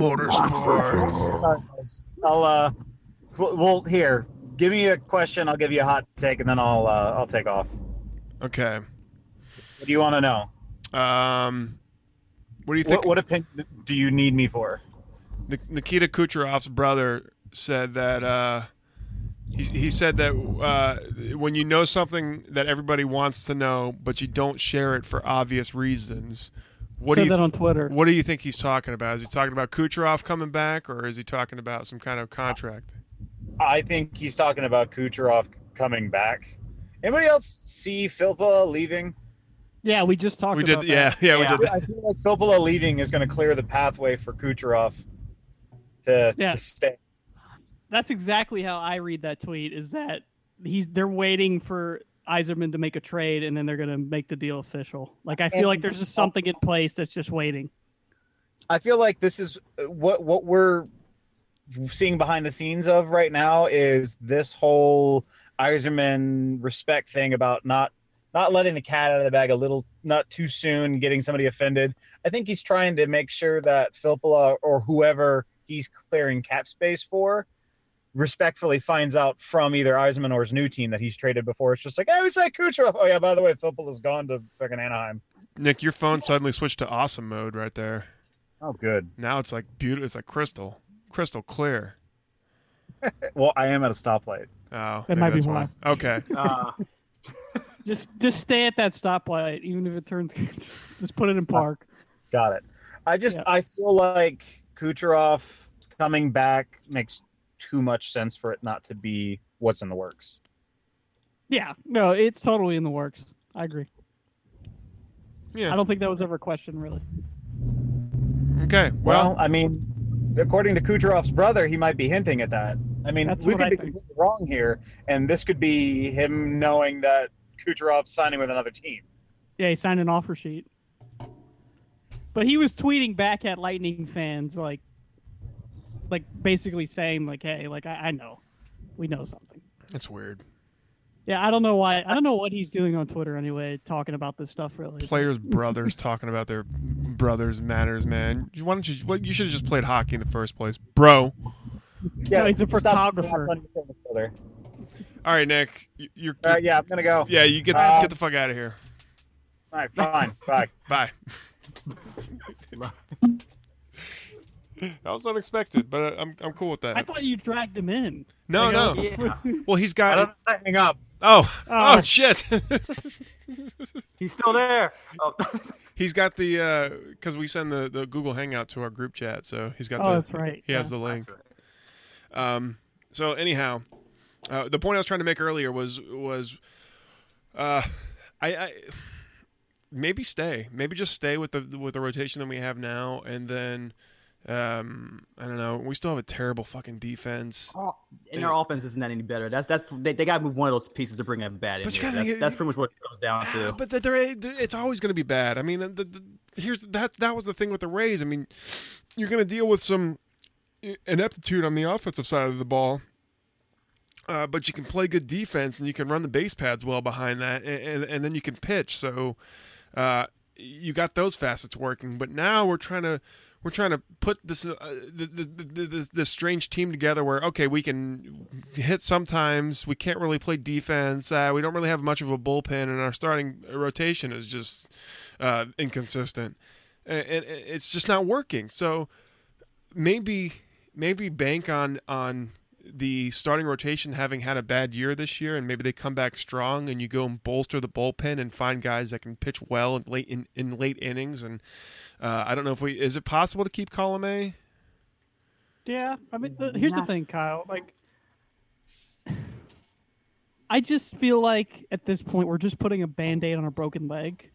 motorsports.
Sorry, guys. I'll uh, we'll, we'll here. Give me a question. I'll give you a hot take, and then I'll uh, I'll take off.
Okay.
What do you want to know?
Um, what do you think?
What, what opinion do you need me for?
Nik- Nikita Kucherov's brother said that uh, he he said that uh, when you know something that everybody wants to know, but you don't share it for obvious reasons. What do
Said
you
that on Twitter.
What do you think he's talking about? Is he talking about Kucherov coming back, or is he talking about some kind of contract?
I think he's talking about Kucherov coming back. Anybody else see Philpa leaving?
Yeah, we just talked
We
about
did, yeah,
that.
yeah, we
Yeah.
did.
I feel like Philpa leaving is going to clear the pathway for Kucherov to, to
Yes.
stay.
That's exactly how I read that tweet is that he's they're waiting for Iserman to make a trade and then they're going to make the deal official. Like I feel like there's just something in place that's just waiting.
I feel like this is uh, what what we're seeing behind the scenes of right now is this whole Iserman respect thing about not not letting the cat out of the bag a little not too soon, getting somebody offended. I think he's trying to make sure that Philpola or whoever he's clearing cap space for respectfully finds out from either Iserman or his new team that he's traded before. It's just like, hey, we said Kucherov. Oh yeah, by the way, Philpola's gone to fucking Anaheim.
Nick, your phone suddenly switched to awesome mode right there.
Oh good.
Now it's like beautiful. It's like crystal, crystal clear.
Well, I am at a stoplight.
Oh,
That
maybe
might be
that's Okay,
Uh,
Just just stay at that stoplight even if it turns *laughs* just, just put it in park.
Got it. I just
Yeah.
I feel like Kucherov coming back makes too much sense for it not to be what's in the works.
Yeah. No, it's totally in the works. I agree.
yeah,
I don't think that was ever questioned really.
okay.
Well,
Well,
I mean, according to Kucherov's brother, he might be hinting at that. I mean,
That's
we
what
could
I
be
think.
completely wrong here, and this could be him knowing that Kucherov's signing with another team.
Yeah, he signed an offer sheet. But he was tweeting back at Lightning fans, like, like basically saying, like, "Hey, like I, I know, we know something."
it's weird.
Yeah, I don't know why. I don't know what he's doing on Twitter anyway, talking about this stuff. Really,
Players,
*laughs*
brothers talking about their brothers matters, man. You- Why don't you? What, you should have just played hockey in the first place, bro.
Yeah,
he's a
stop-
photographer.
All
All right, Nick, you- you're.
right, Uh, yeah, I'm gonna go.
yeah, you get
Uh,
get the fuck out of here.
All right, fine, bye.
Bye. *laughs* that was unexpected, but I'm I'm cool with that.
I thought you dragged him in.
no,
Like,
no.
I was-
yeah.
Well, he's
I
got.
don't hang up.
Oh, oh,
Oh.
shit. *laughs*
he's still there. Oh, *laughs*
he's got the because we send the, the Google Hangout to our group chat, so he's got.
Oh,
the,
that's right,
He has
yeah.
the link.
that's right.
Um, so anyhow, uh, the point I was trying to make earlier was was, uh, I, I maybe stay, maybe just stay with the with the rotation that we have now, and then. Um, I don't know. We still have a terrible fucking defense.
Oh, and their offense isn't that any better. That's that's they, they got to move one of those pieces to bring a bat in.
But you
here.
gotta
That's,
get-
that's pretty much what it comes down
Yeah,
to.
but that there, eh, it's always going to be bad. I mean, the, the, here's that that was the thing with the Rays. I mean, you're going to deal with some ineptitude on the offensive side of the ball, uh, but you can play good defense and you can run the base pads well behind that, and and, and then you can pitch. So uh, you got those facets working. But now we're trying to. We're trying to put this uh, th th th this, this strange team together where okay we can hit sometimes we can't really play defense uh, we don't really have much of a bullpen and our starting rotation is just uh, inconsistent and, and it's just not working so maybe maybe bank on on the starting rotation having had a bad year this year, and maybe they come back strong, and you go and bolster the bullpen and find guys that can pitch well in late in, in late innings. And uh, I don't know if we is it possible to keep column A?
Yeah, I mean, the, here's the
Not-
thing, Kyle. Like, *sighs* I just feel like at this point we're just putting a band-aid on a broken leg.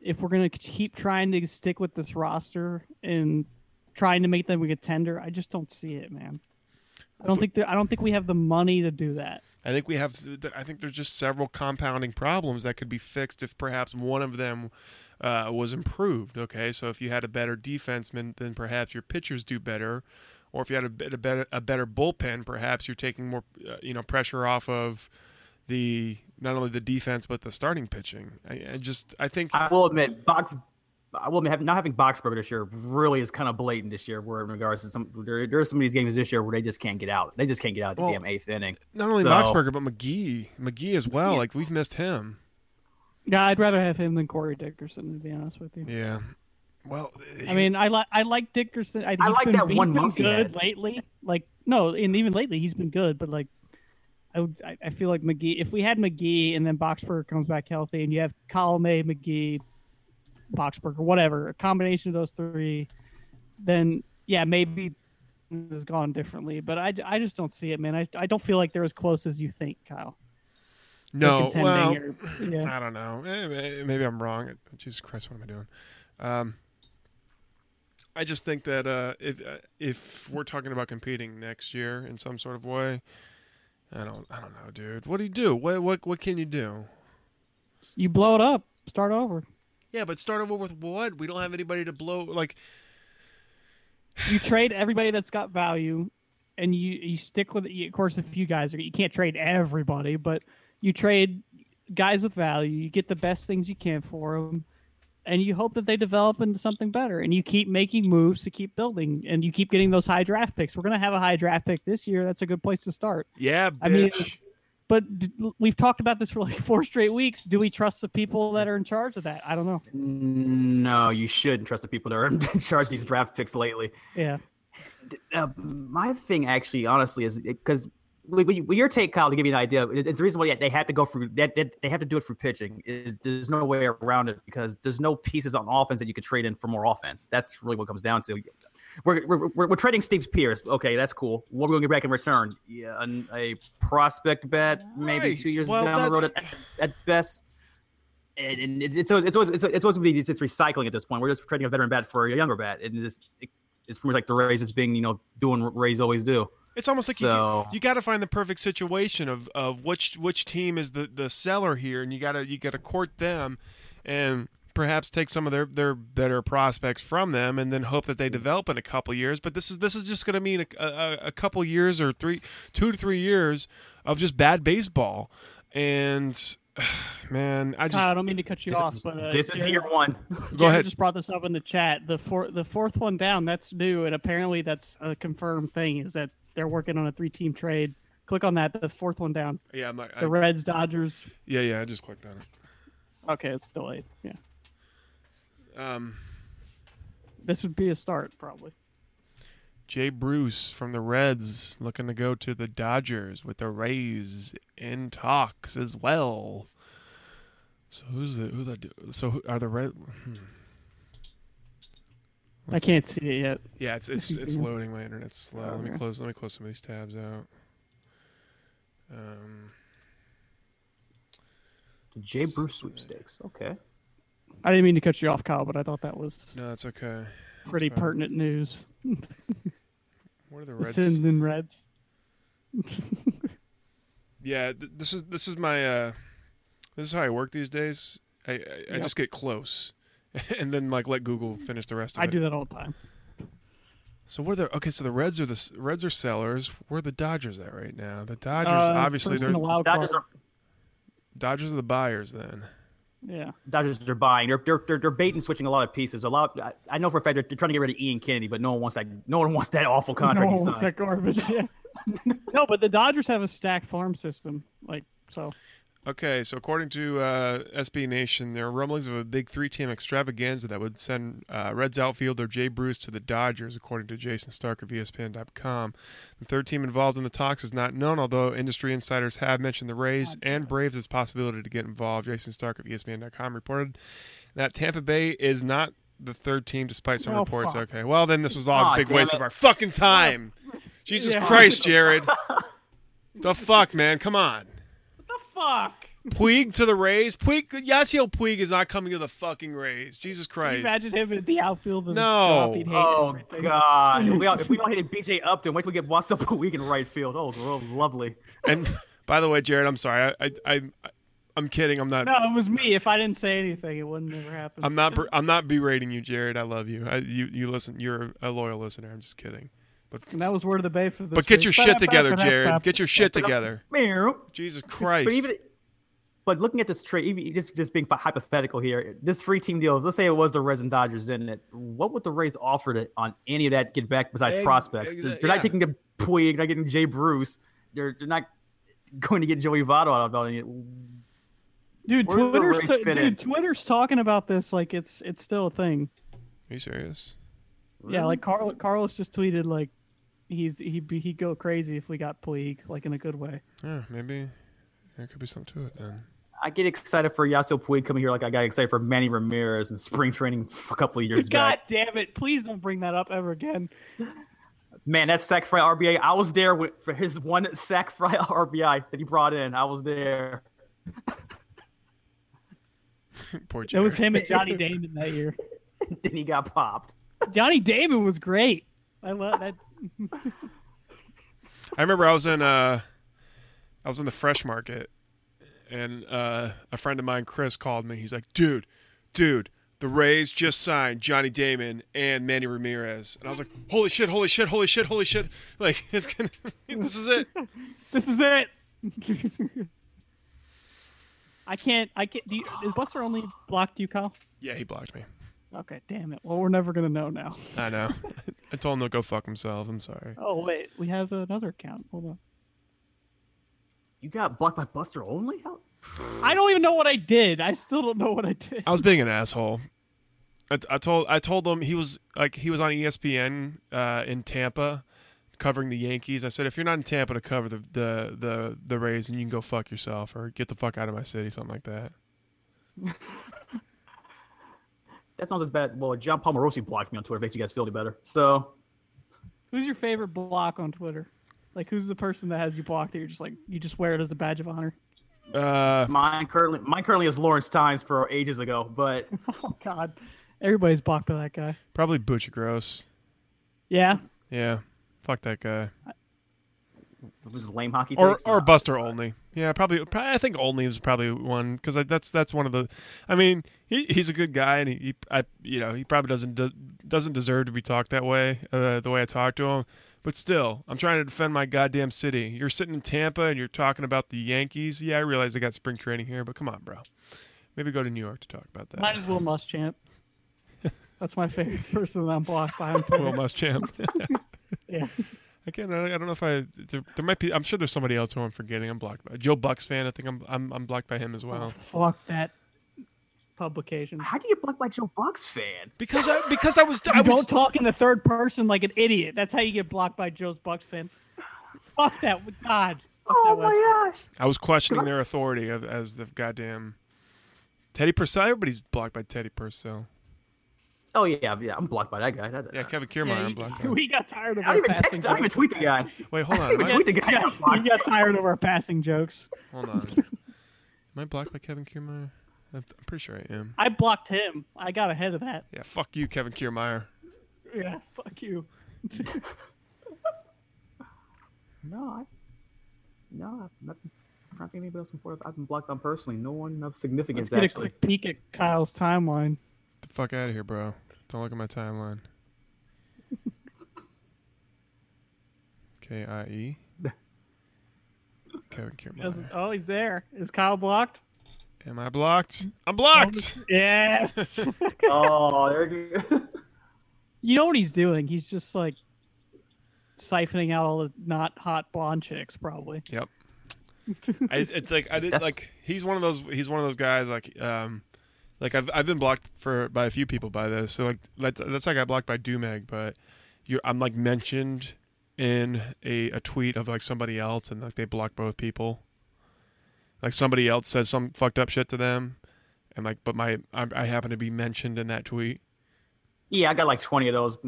If we're gonna keep trying to stick with this roster and trying to make them a contender, I just don't see it, man. I don't think that- I don't think we have the money to do that.
I think we have. I think there's just several compounding problems that could be fixed if perhaps one of them uh, was improved. Okay, so if you had a better defenseman, then perhaps your pitchers do better, or if you had a, bit- a better a better bullpen, perhaps you're taking more uh, you know pressure off of the not only the defense but the starting pitching. I, I just I think
I will admit, box. I will admit, having- not having Boxberg this year really is kind of blatant this year. Where in regards to some, there, there are some of these games this year where they just can't get out. They just can't get out the
Well,
damn eighth inning.
not only
so-
Boxberger but McGee McGee as well. Like we've missed him.
Yeah, I'd rather have him than Corey Dickerson, to be honest with you.
Yeah. Well,
I mean, I like I like Dickerson. I,
I
he's
like
been,
that
he's
one
been
month he
good
had.
lately. Like no, and even lately he's been good. But like, I would I, I feel like McGee. If we had McGee and then Boxberger comes back healthy, and you have Column A, McGee, Boxberger, whatever, a combination of those three, then yeah, maybe this has gone differently. But I, I just don't see it, man. I, I don't feel like they're as close as you think, Kyle. to
no,
contending
well,
or- yeah.
I don't know. Eh, may- Maybe I'm wrong. Jesus Christ, what am I doing? Um, I just think that uh, if uh, if we're talking about competing next year in some sort of way, I don't I don't know, dude. What do you do? What what what can you do?
You blow it up, start over.
Yeah, but start over with what? We don't have anybody to blow. Like
you trade everybody that's got value and you you stick with of course a few guys are you can't trade everybody but you trade guys with value you get the best things you can for them and you hope that they develop into something better and you keep making moves to keep building and you keep getting those high draft picks we're going to have a high draft pick this year that's a good place to start
yeah,
I mean- but d- we've talked about this for like *laughs* four straight weeks do we trust the people that are in charge of that i don't know
No, you shouldn't trust the people that are *laughs* in charge of these draft picks lately.
yeah
Uh, my thing, actually, honestly, is because your take, Kyle, to give you an idea, it- it's the reason why they had to go through that. They, they have to do it for pitching. Is there's no way around it because there's no pieces on offense that you could trade in for more offense. That's really what it comes down to. We're, we're, we're, we're trading Steve's Pierce. Okay, that's cool. What are we going to get back in return? Yeah, an, a prospect bet, maybe
Right.
two years
Well,
down the road
that-
at, at best. And, and it's, it's always it's always it's, it's always gonna be it's, it's recycling at this point. We're just trading a veteran bat for a younger bat, and it's it's pretty much like the Rays is being you know doing what Rays always do.
It's almost like
So-
you, you got to find the perfect situation of, of which which team is the, the seller here, and you gotta you gotta court them, and perhaps take some of their, their better prospects from them, and then hope that
Mm-hmm.
they develop in a couple years. But this is this is just gonna mean a, a, a couple years or three two to three years of just bad baseball, and *sighs* man, I just
Kyle, I don't mean to cut you off,
this
but uh,
is, this is
Jared-
year one.
go
Jared
ahead.
Just brought this up in the chat. The four, the fourth one down. That's new, and apparently that's a confirmed thing. Is that they're working on a three-team trade. Click on that. The fourth one down.
yeah, I'm like, I-
The Reds, Dodgers.
yeah, yeah, I just clicked on it.
Okay, it's delayed. Yeah,
Um,
this would be a start probably.
Jay Bruce from the Reds looking to go to the Dodgers with the Rays in talks as well. So who's the who the so who, are the Red? hmm.
I can't see it yet.
Yeah, it's it's it's
Yeah.
loading. My internet's slow. Let me
Okay.
close. Let me close some of these tabs out. Um,
Jay Bruce sweepstakes. Okay.
I didn't mean to cut you off, Kyle, but I thought that was
no, that's okay.
pretty
fine.
pertinent news.
What are the
The
Reds?
Sins and Reds.
yeah th- this is this is my uh this is how i work these days i i, I
Yep.
just get close *laughs* and then like let google finish the rest of
I
it
do that all the time.
so what are the okay so the reds are the s- reds are sellers where are the dodgers at right now the dodgers
Uh,
obviously they're
person allowed
Dodgers
card.
are
dodgers are the buyers then
Yeah,
Dodgers are buying. They're they're they're, they're baiting switching a lot of pieces. A lot. I, I know for a fact they're, they're trying to get rid of Ian Kennedy, but no one wants that. No one wants that awful
*laughs*
contract.
no,
he
one wants
signed.
*laughs* that garbage. Yeah. no, but the Dodgers have a stacked farm system, like so.
Okay, so according to uh, SB Nation, there are rumblings of a big three-team extravaganza that would send uh, Reds outfielder Jay Bruce to the Dodgers, according to Jason Stark of E ESPN.com. The third team involved in the talks is not known, although industry insiders have mentioned the Rays and Braves as possibility to get involved. Jason Stark of E ESPN.com reported that Tampa Bay is not the third team, despite some
Oh,
reports.
fuck.
Okay, well then this was all
Aw,
a big
damn
waste
it.
of our fucking time. Jesus
Yeah.
Christ, Jared. the fuck, man, come on.
Fuck.
Puig to the Rays. Puig, Yasiel Puig is not coming to the fucking Rays. Jesus
Can you
Christ.
imagine him in the outfield. Of
No.
The job? He'd hate
Oh
everything.
God! We all, if we don't hit BJ Upton, wait till we get *laughs* Watts up a week in right field. Oh, lo- lovely.
And by the way, Jared, I'm sorry. I, I, I I'm kidding. I'm not.
No, it was me. If I didn't say anything, it wouldn't have happened.
I'm not. ber- I'm not berating you, Jared. I love you. I, you you listen. You're a loyal listener. I'm just kidding. But
And that was word of the bay for this.
but get your shit together, Jared. Get your shit together.
Meow.
Jesus Christ.
But even, but looking at this trade, even just just being hypothetical here, this three team deal. Let's say it was the Reds and Dodgers in it. What would the Rays offer to, on any of that get back besides
Ex-
prospects?
exa-
They're
yeah.
not taking the Puig. They're not getting Jay Bruce. They're they're not going to get Joey Votto out of it.
dude.
Where did the
Twitter's
race
so-
fit
dude.
in?
Twitter's talking about this like it's it's still a thing.
Are you serious?
Yeah, like Carl, Carlos just tweeted like he's he'd be, he'd go crazy if we got Puig like in a good way.
Yeah, maybe there could be something to it then. *laughs*
I get excited for Yasiel Puig coming here, like I got excited for Manny Ramirez in spring training *laughs* a couple of years
*laughs* God
back.
damn it! Please don't bring that up ever again.
Man, that sack fry RBI. I was there with, for his one sack fry *laughs* RBI that he brought in. I was there. *laughs*
Poor
It
Jared.
was him and Johnny Damon that
*laughs*
year.
then he got popped.
Johnny Damon was great. I love that.
I remember I was in uh I was in the fresh market and uh a friend of mine Chris called me. He's like, "Dude, dude, the Rays just signed Johnny Damon and Manny Ramirez." And I was like, "Holy shit, holy shit, holy shit, holy shit." *laughs* Like it's going to *laughs* this is it.
This is it. *laughs* I can't. I can't. Do you, is Buster only blocked you, Kyle?
Yeah, he blocked me.
Okay, damn it. Well, we're never gonna know now.
I know. *laughs* I told him to go fuck himself. I'm sorry.
Oh wait, we have another account. Hold on.
You got blocked by Buster only? How?
I don't even know what I did. I still don't know what I did. *laughs*
I was being an asshole. I, I told I told him he was like he was on E ESPN uh, in Tampa covering the Yankees. I said if you're not in Tampa to cover the the the, the Rays, and you can go fuck yourself or get the fuck out of my city, something like that.
That sounds as bad. Well, John Palmarosi blocked me on Twitter. Makes you guys feel any better. So
Who's your favorite block on Twitter? Like, who's the person that has you blocked that you're just like, you just wear it as a badge of honor? *laughs*
Uh,
mine currently, mine currently is Lawrence Tynes for ages ago. But
Oh, God. Everybody's blocked by that guy.
probably Butcher Gross.
Yeah.
Yeah, fuck that guy.
it was lame hockey.
Or
takes. uh,
or Buster Olney. Yeah, probably, probably. I think Olney is probably one because that's that's one of the. I mean, he, he's a good guy, and he, he I you know he probably doesn't de- doesn't deserve to be talked that way, uh, the way I talk to him. But still, I'm trying to defend my goddamn city. You're sitting in Tampa and you're talking about the Yankees. Yeah, I realize they got spring training here, but come on, bro. Maybe go to New York to talk about that. *laughs*
Mine is Will Muschamp. That's my favorite *laughs* person that I'm blocked by on
Will
Twitter.
*laughs* Muschamp.
yeah.
I can't. I don't know if I. There, there might be. I'm sure there's somebody else who I'm forgetting. I'm blocked by Joe Bucks fan. I think I'm. I'm. I'm blocked by him as well.
Fuck that publication.
How do you get blocked by Joe Buck's fan?
*laughs* Because I. Because I was. I
You
was
don't talk in the third person like an idiot. That's how you get blocked by Joe's Bucks fan. Fuck that. God. Fuck
Oh,
that website.
gosh!
I was questioning their authority of, as the goddamn Teddy Purcell. Everybody's blocked by Teddy Purcell.
Oh yeah, yeah. I'm blocked by that guy. That-
Uh, Yeah, Kevin Kiermaier.
Yeah,
I'm
*laughs* you-
blocked. By.
we got tired of
I
our
don't even text. I
passing
don't even
jokes.
tweet the guy.
Wait, *laughs* hold on.
I
Am
don't
I,
even tweet the guy.
*laughs*
I'm
We
*laughs*
blocked.
got tired of our passing jokes.
hold on. Am I blocked by Kevin Kiermaier? I'm, I'm pretty sure I am.
I blocked him. I got ahead of that.
Yeah, fuck you, Kevin Kiermaier.
Yeah, fuck you. *laughs*
No, I, no, I've not, I'm trying to think of anybody else important. I've been blocked on personally. No one of significance
Let's get a
actually.
quick peek at Kyle's timeline.
Get the fuck out of here, bro. Don't look at my timeline. K I E. Kevin
Doesn't-
Kiermaier.
Oh, he's there. Is Kyle blocked?
Am I blocked? I'm blocked.
Yes. *laughs*
*laughs*
oh, there you go. *laughs*
you know what he's doing? He's just like siphoning out all the not hot blonde chicks, probably.
Yep. I, it's like I did
That's-
like he's one of those he's one of those guys like um like I've I've been blocked for by a few people by this so like that's that's like I got blocked by Dumeg but you I'm like mentioned in a, a tweet of like somebody else and like they block both people like somebody else says some fucked up shit to them and like but my I, I happen to be mentioned in that tweet
Yeah, I got like twenty of those.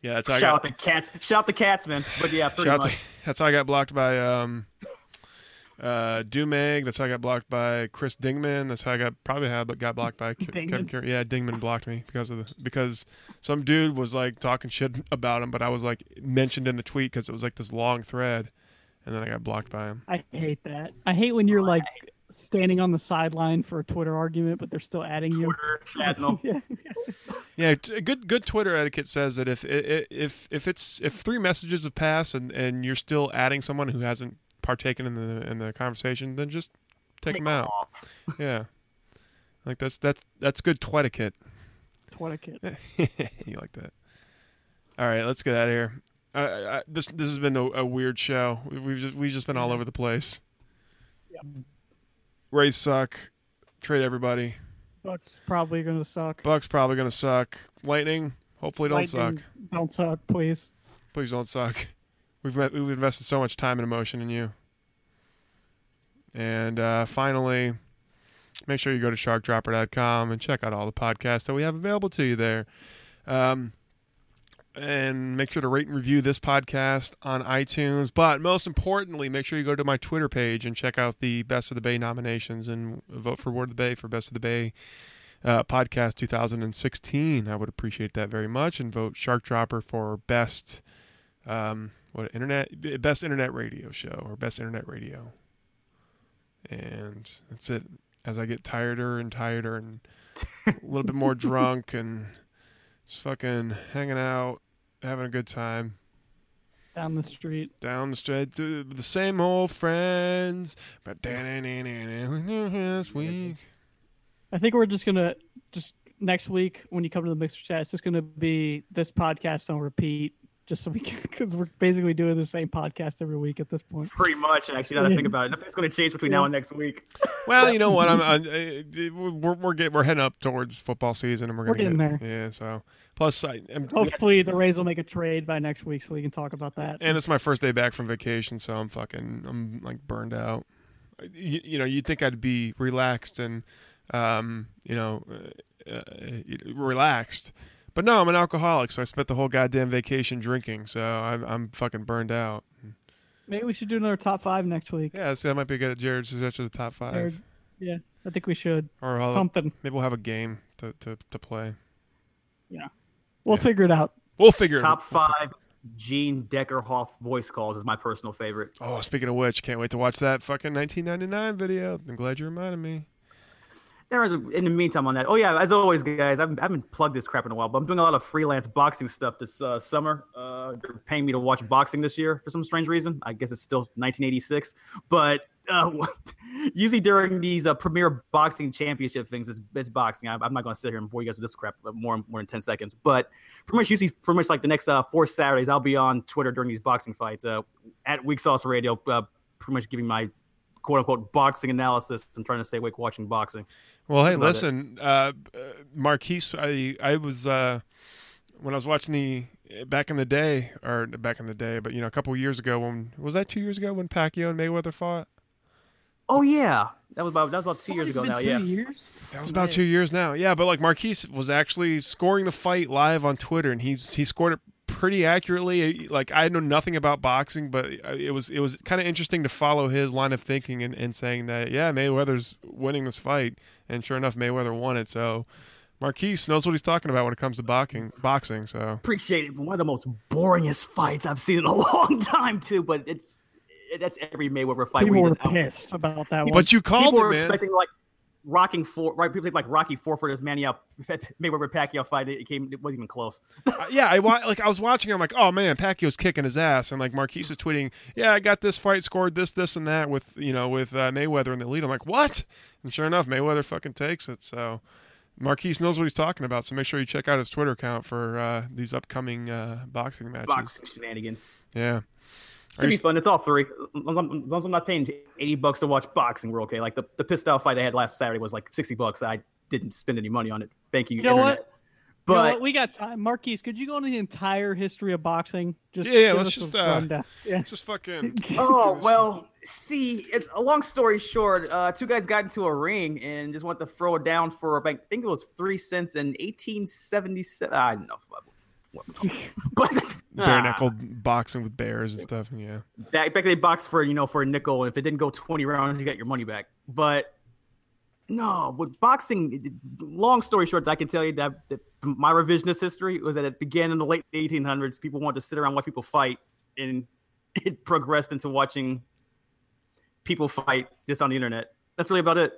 yeah that's how I
Shout
got
out the cats. Shout out the cats, man. But yeah, pretty
Shout out
much.
to- *laughs* that's how I got blocked by um, uh, Dumeg. That's how I got blocked by Chris Dingman. That's how I got probably how I got blocked by Ke- Kevin
Dingman.
Curry. Yeah, Dingman blocked me because of the because some dude was like talking shit about him, but I was like mentioned in the tweet because it was like this long thread, and then I got blocked by him.
I hate that. Oh, I hate when you're like standing on the sideline for a Twitter argument, but they're still adding you.
Twitter,
*laughs*
Admiral.
yeah.
Yeah, t- good good Twitter etiquette says that if i- i- if if it's if three messages have passed and and you're still adding someone who hasn't partaken in the in the conversation, then just take, them out.
off.
*laughs* Yeah. Like that's that's that's good twetiquette.
Twitter kid.
you like that? All right, let's get out of here. I, I, I- this this has been a, a weird show. We- We've just, we've just been all over the place. Rays suck. Trade everybody.
Bucks probably gonna suck.
Bucks probably gonna suck. Lightning hopefully don't
Lightning,
suck.
Don't suck, please.
Please don't suck. We've met, we've invested so much time and emotion in you. And uh, finally, make sure you go to sharkdropper.com and check out all the podcasts that we have available to you there. Um, and make sure to rate and review this podcast on iTunes. But most importantly, make sure you go to my Twitter page and check out the Best of the Bay nominations and vote for Word of the Bay for Best of the Bay uh, Podcast 2016. I would appreciate that very much. And vote Shark Dropper for Best um, what internet best internet radio show or best internet radio, and that's it. As I get tireder and tireder and a little bit
*laughs*
more drunk and just fucking hanging out, having a good time
Down the street.
down the street through the same old friends. But this week,
I think we're just gonna just next week when you come to the mixer chat, it's just gonna be this podcast on repeat, just so we can *laughs* because we're basically doing the same podcast every week at this point.
Pretty much. Actually, now that I think about it, nothing's going to change between now and next week.
well, you know what? I'm, I'm uh, we're we're getting we're heading up towards football season, and we're gonna
We're getting Oh,
get, Yeah. So plus, I, I'm,
Hopefully, the Rays will make a trade by next week, so we can talk about that.
and it's my first day back from vacation, so I'm fucking, I'm like burned out. You, you know, you'd think I'd be relaxed and, um, you know, uh, uh, relaxed, but no, I'm an alcoholic, so I spent the whole goddamn vacation drinking, so I'm, I'm fucking burned out.
Maybe we should do another top five next week.
Yeah, see, that might be good. Jared's suggestion of the top five,
Jared, yeah, I think we should
or I'll-
something.
maybe we'll have a game to, to, to play.
We'll
yeah.
figure it out.
We'll figure it.
Top
we'll fi-
five Gene Deckerhoff voice calls is my personal favorite.
Oh, speaking of which, can't wait to watch that fucking 1999 video. I'm glad you reminded me.
There is, in the meantime, on that. Oh yeah, as always, guys. I've, I haven't plugged this crap in a while, but I'm doing a lot of freelance boxing stuff this uh, summer. Uh, they're paying me to watch boxing this year for some strange reason. I guess it's still 1986, but uh, *laughs* usually during these uh, premier boxing championship things, it's, it's boxing. I'm, I'm not going to sit here and bore you guys with this crap but more more than 10 seconds. But pretty much usually, pretty much like the next uh, four Saturdays, I'll be on Twitter during these boxing fights uh, at Weak Sauce Radio, uh, pretty much giving my quote unquote boxing analysis and trying to stay awake watching boxing.
Well, hey,
That's about it.
listen, uh, uh, Marquise, I I was uh, when I was watching the back in the day, or back in the day, but you know, a couple years ago when was that two years ago when Pacquiao and Mayweather fought?
Oh yeah, that was about that was about two years
It's
ago
been
now.
two
Yeah,
years.
That was about two years now. Yeah, but like Marquise was actually scoring the fight live on Twitter, and he he scored it pretty accurately. Like I know nothing about boxing, but it was it was kind of interesting to follow his line of thinking and, and saying that yeah, Mayweather's winning this fight, and sure enough, Mayweather won it. So Marquise knows what he's talking about when it comes to boxing. Boxing. So
appreciate it. One of the most boringest fights I've seen in a *laughs* long time too. But it's it, that's every Mayweather fight.
People
where
were
he just out-
pissed about that one.
but you called
People
it,
were
man.
expecting like rocking four right. People think like Rocky four for this Mania *laughs* Mayweather Pacquiao fight. It came. It wasn't even close.
Uh, yeah, I wa- like I was watching. I'm like, oh man, Pacquiao's kicking his ass, and like Marquise is tweeting, yeah, I got this fight scored, this, this, and that with you know with uh, Mayweather in the lead. I'm like, what? And sure enough, Mayweather fucking takes it. So Marquise knows what he's talking about. So make sure you check out his Twitter account for uh, these upcoming uh, boxing matches.
Boxing shenanigans.
Yeah. Are
It'd be
you-
fun. It's all three. As long as long as I'm not paying 80 bucks to watch boxing, we're okay. Like the, the pissed off fight I had last Saturday was like 60 bucks. I didn't spend any money on it. Thank you.
You know
Internet.
You know
But
what? we got time. Marquise, could you go into the entire history of boxing? Just
Yeah, yeah,
give
let's
us a
just, uh,
rundown. yeah.
It's just fucking. *laughs*
oh
Jesus.
well see it's a long story short uh two guys got into a ring and just went to throw it down for about- i think it was three cents in 1877 i don't know *laughs* what- but
Bare
*laughs*
knuckled boxing with bears and stuff. Yeah.
ah, back, back they boxed for you know for a nickel and if it didn't go 20 rounds you got your money back but no with boxing it- it- long story short i can tell you that, that my revisionist history was that it began in the late 1800s people wanted to sit around and watch people fight and *laughs* it progressed into watching people fight just on the internet. That's really about it.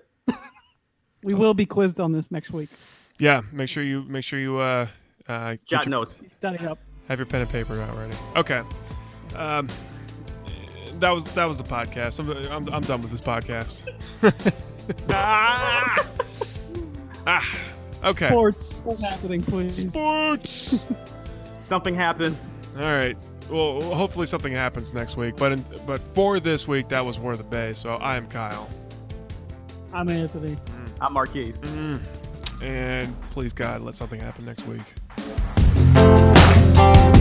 We will be quizzed on this next week.
Yeah. Make sure you make sure you uh uh get
Jot
your-
notes.
Study up.
have your pen and paper out ready. Okay. Um. That was that was the podcast. I'm I'm, I'm done with this podcast. ah! Ah. Okay.
Sports. What's happening, please?
Sports.
Something happened.
All right. Well, hopefully something happens next week. But in, but for this week, that was worth the bay. So I am Kyle,
I'm Anthony.
I'm Marquise.
and please God, let something happen next week.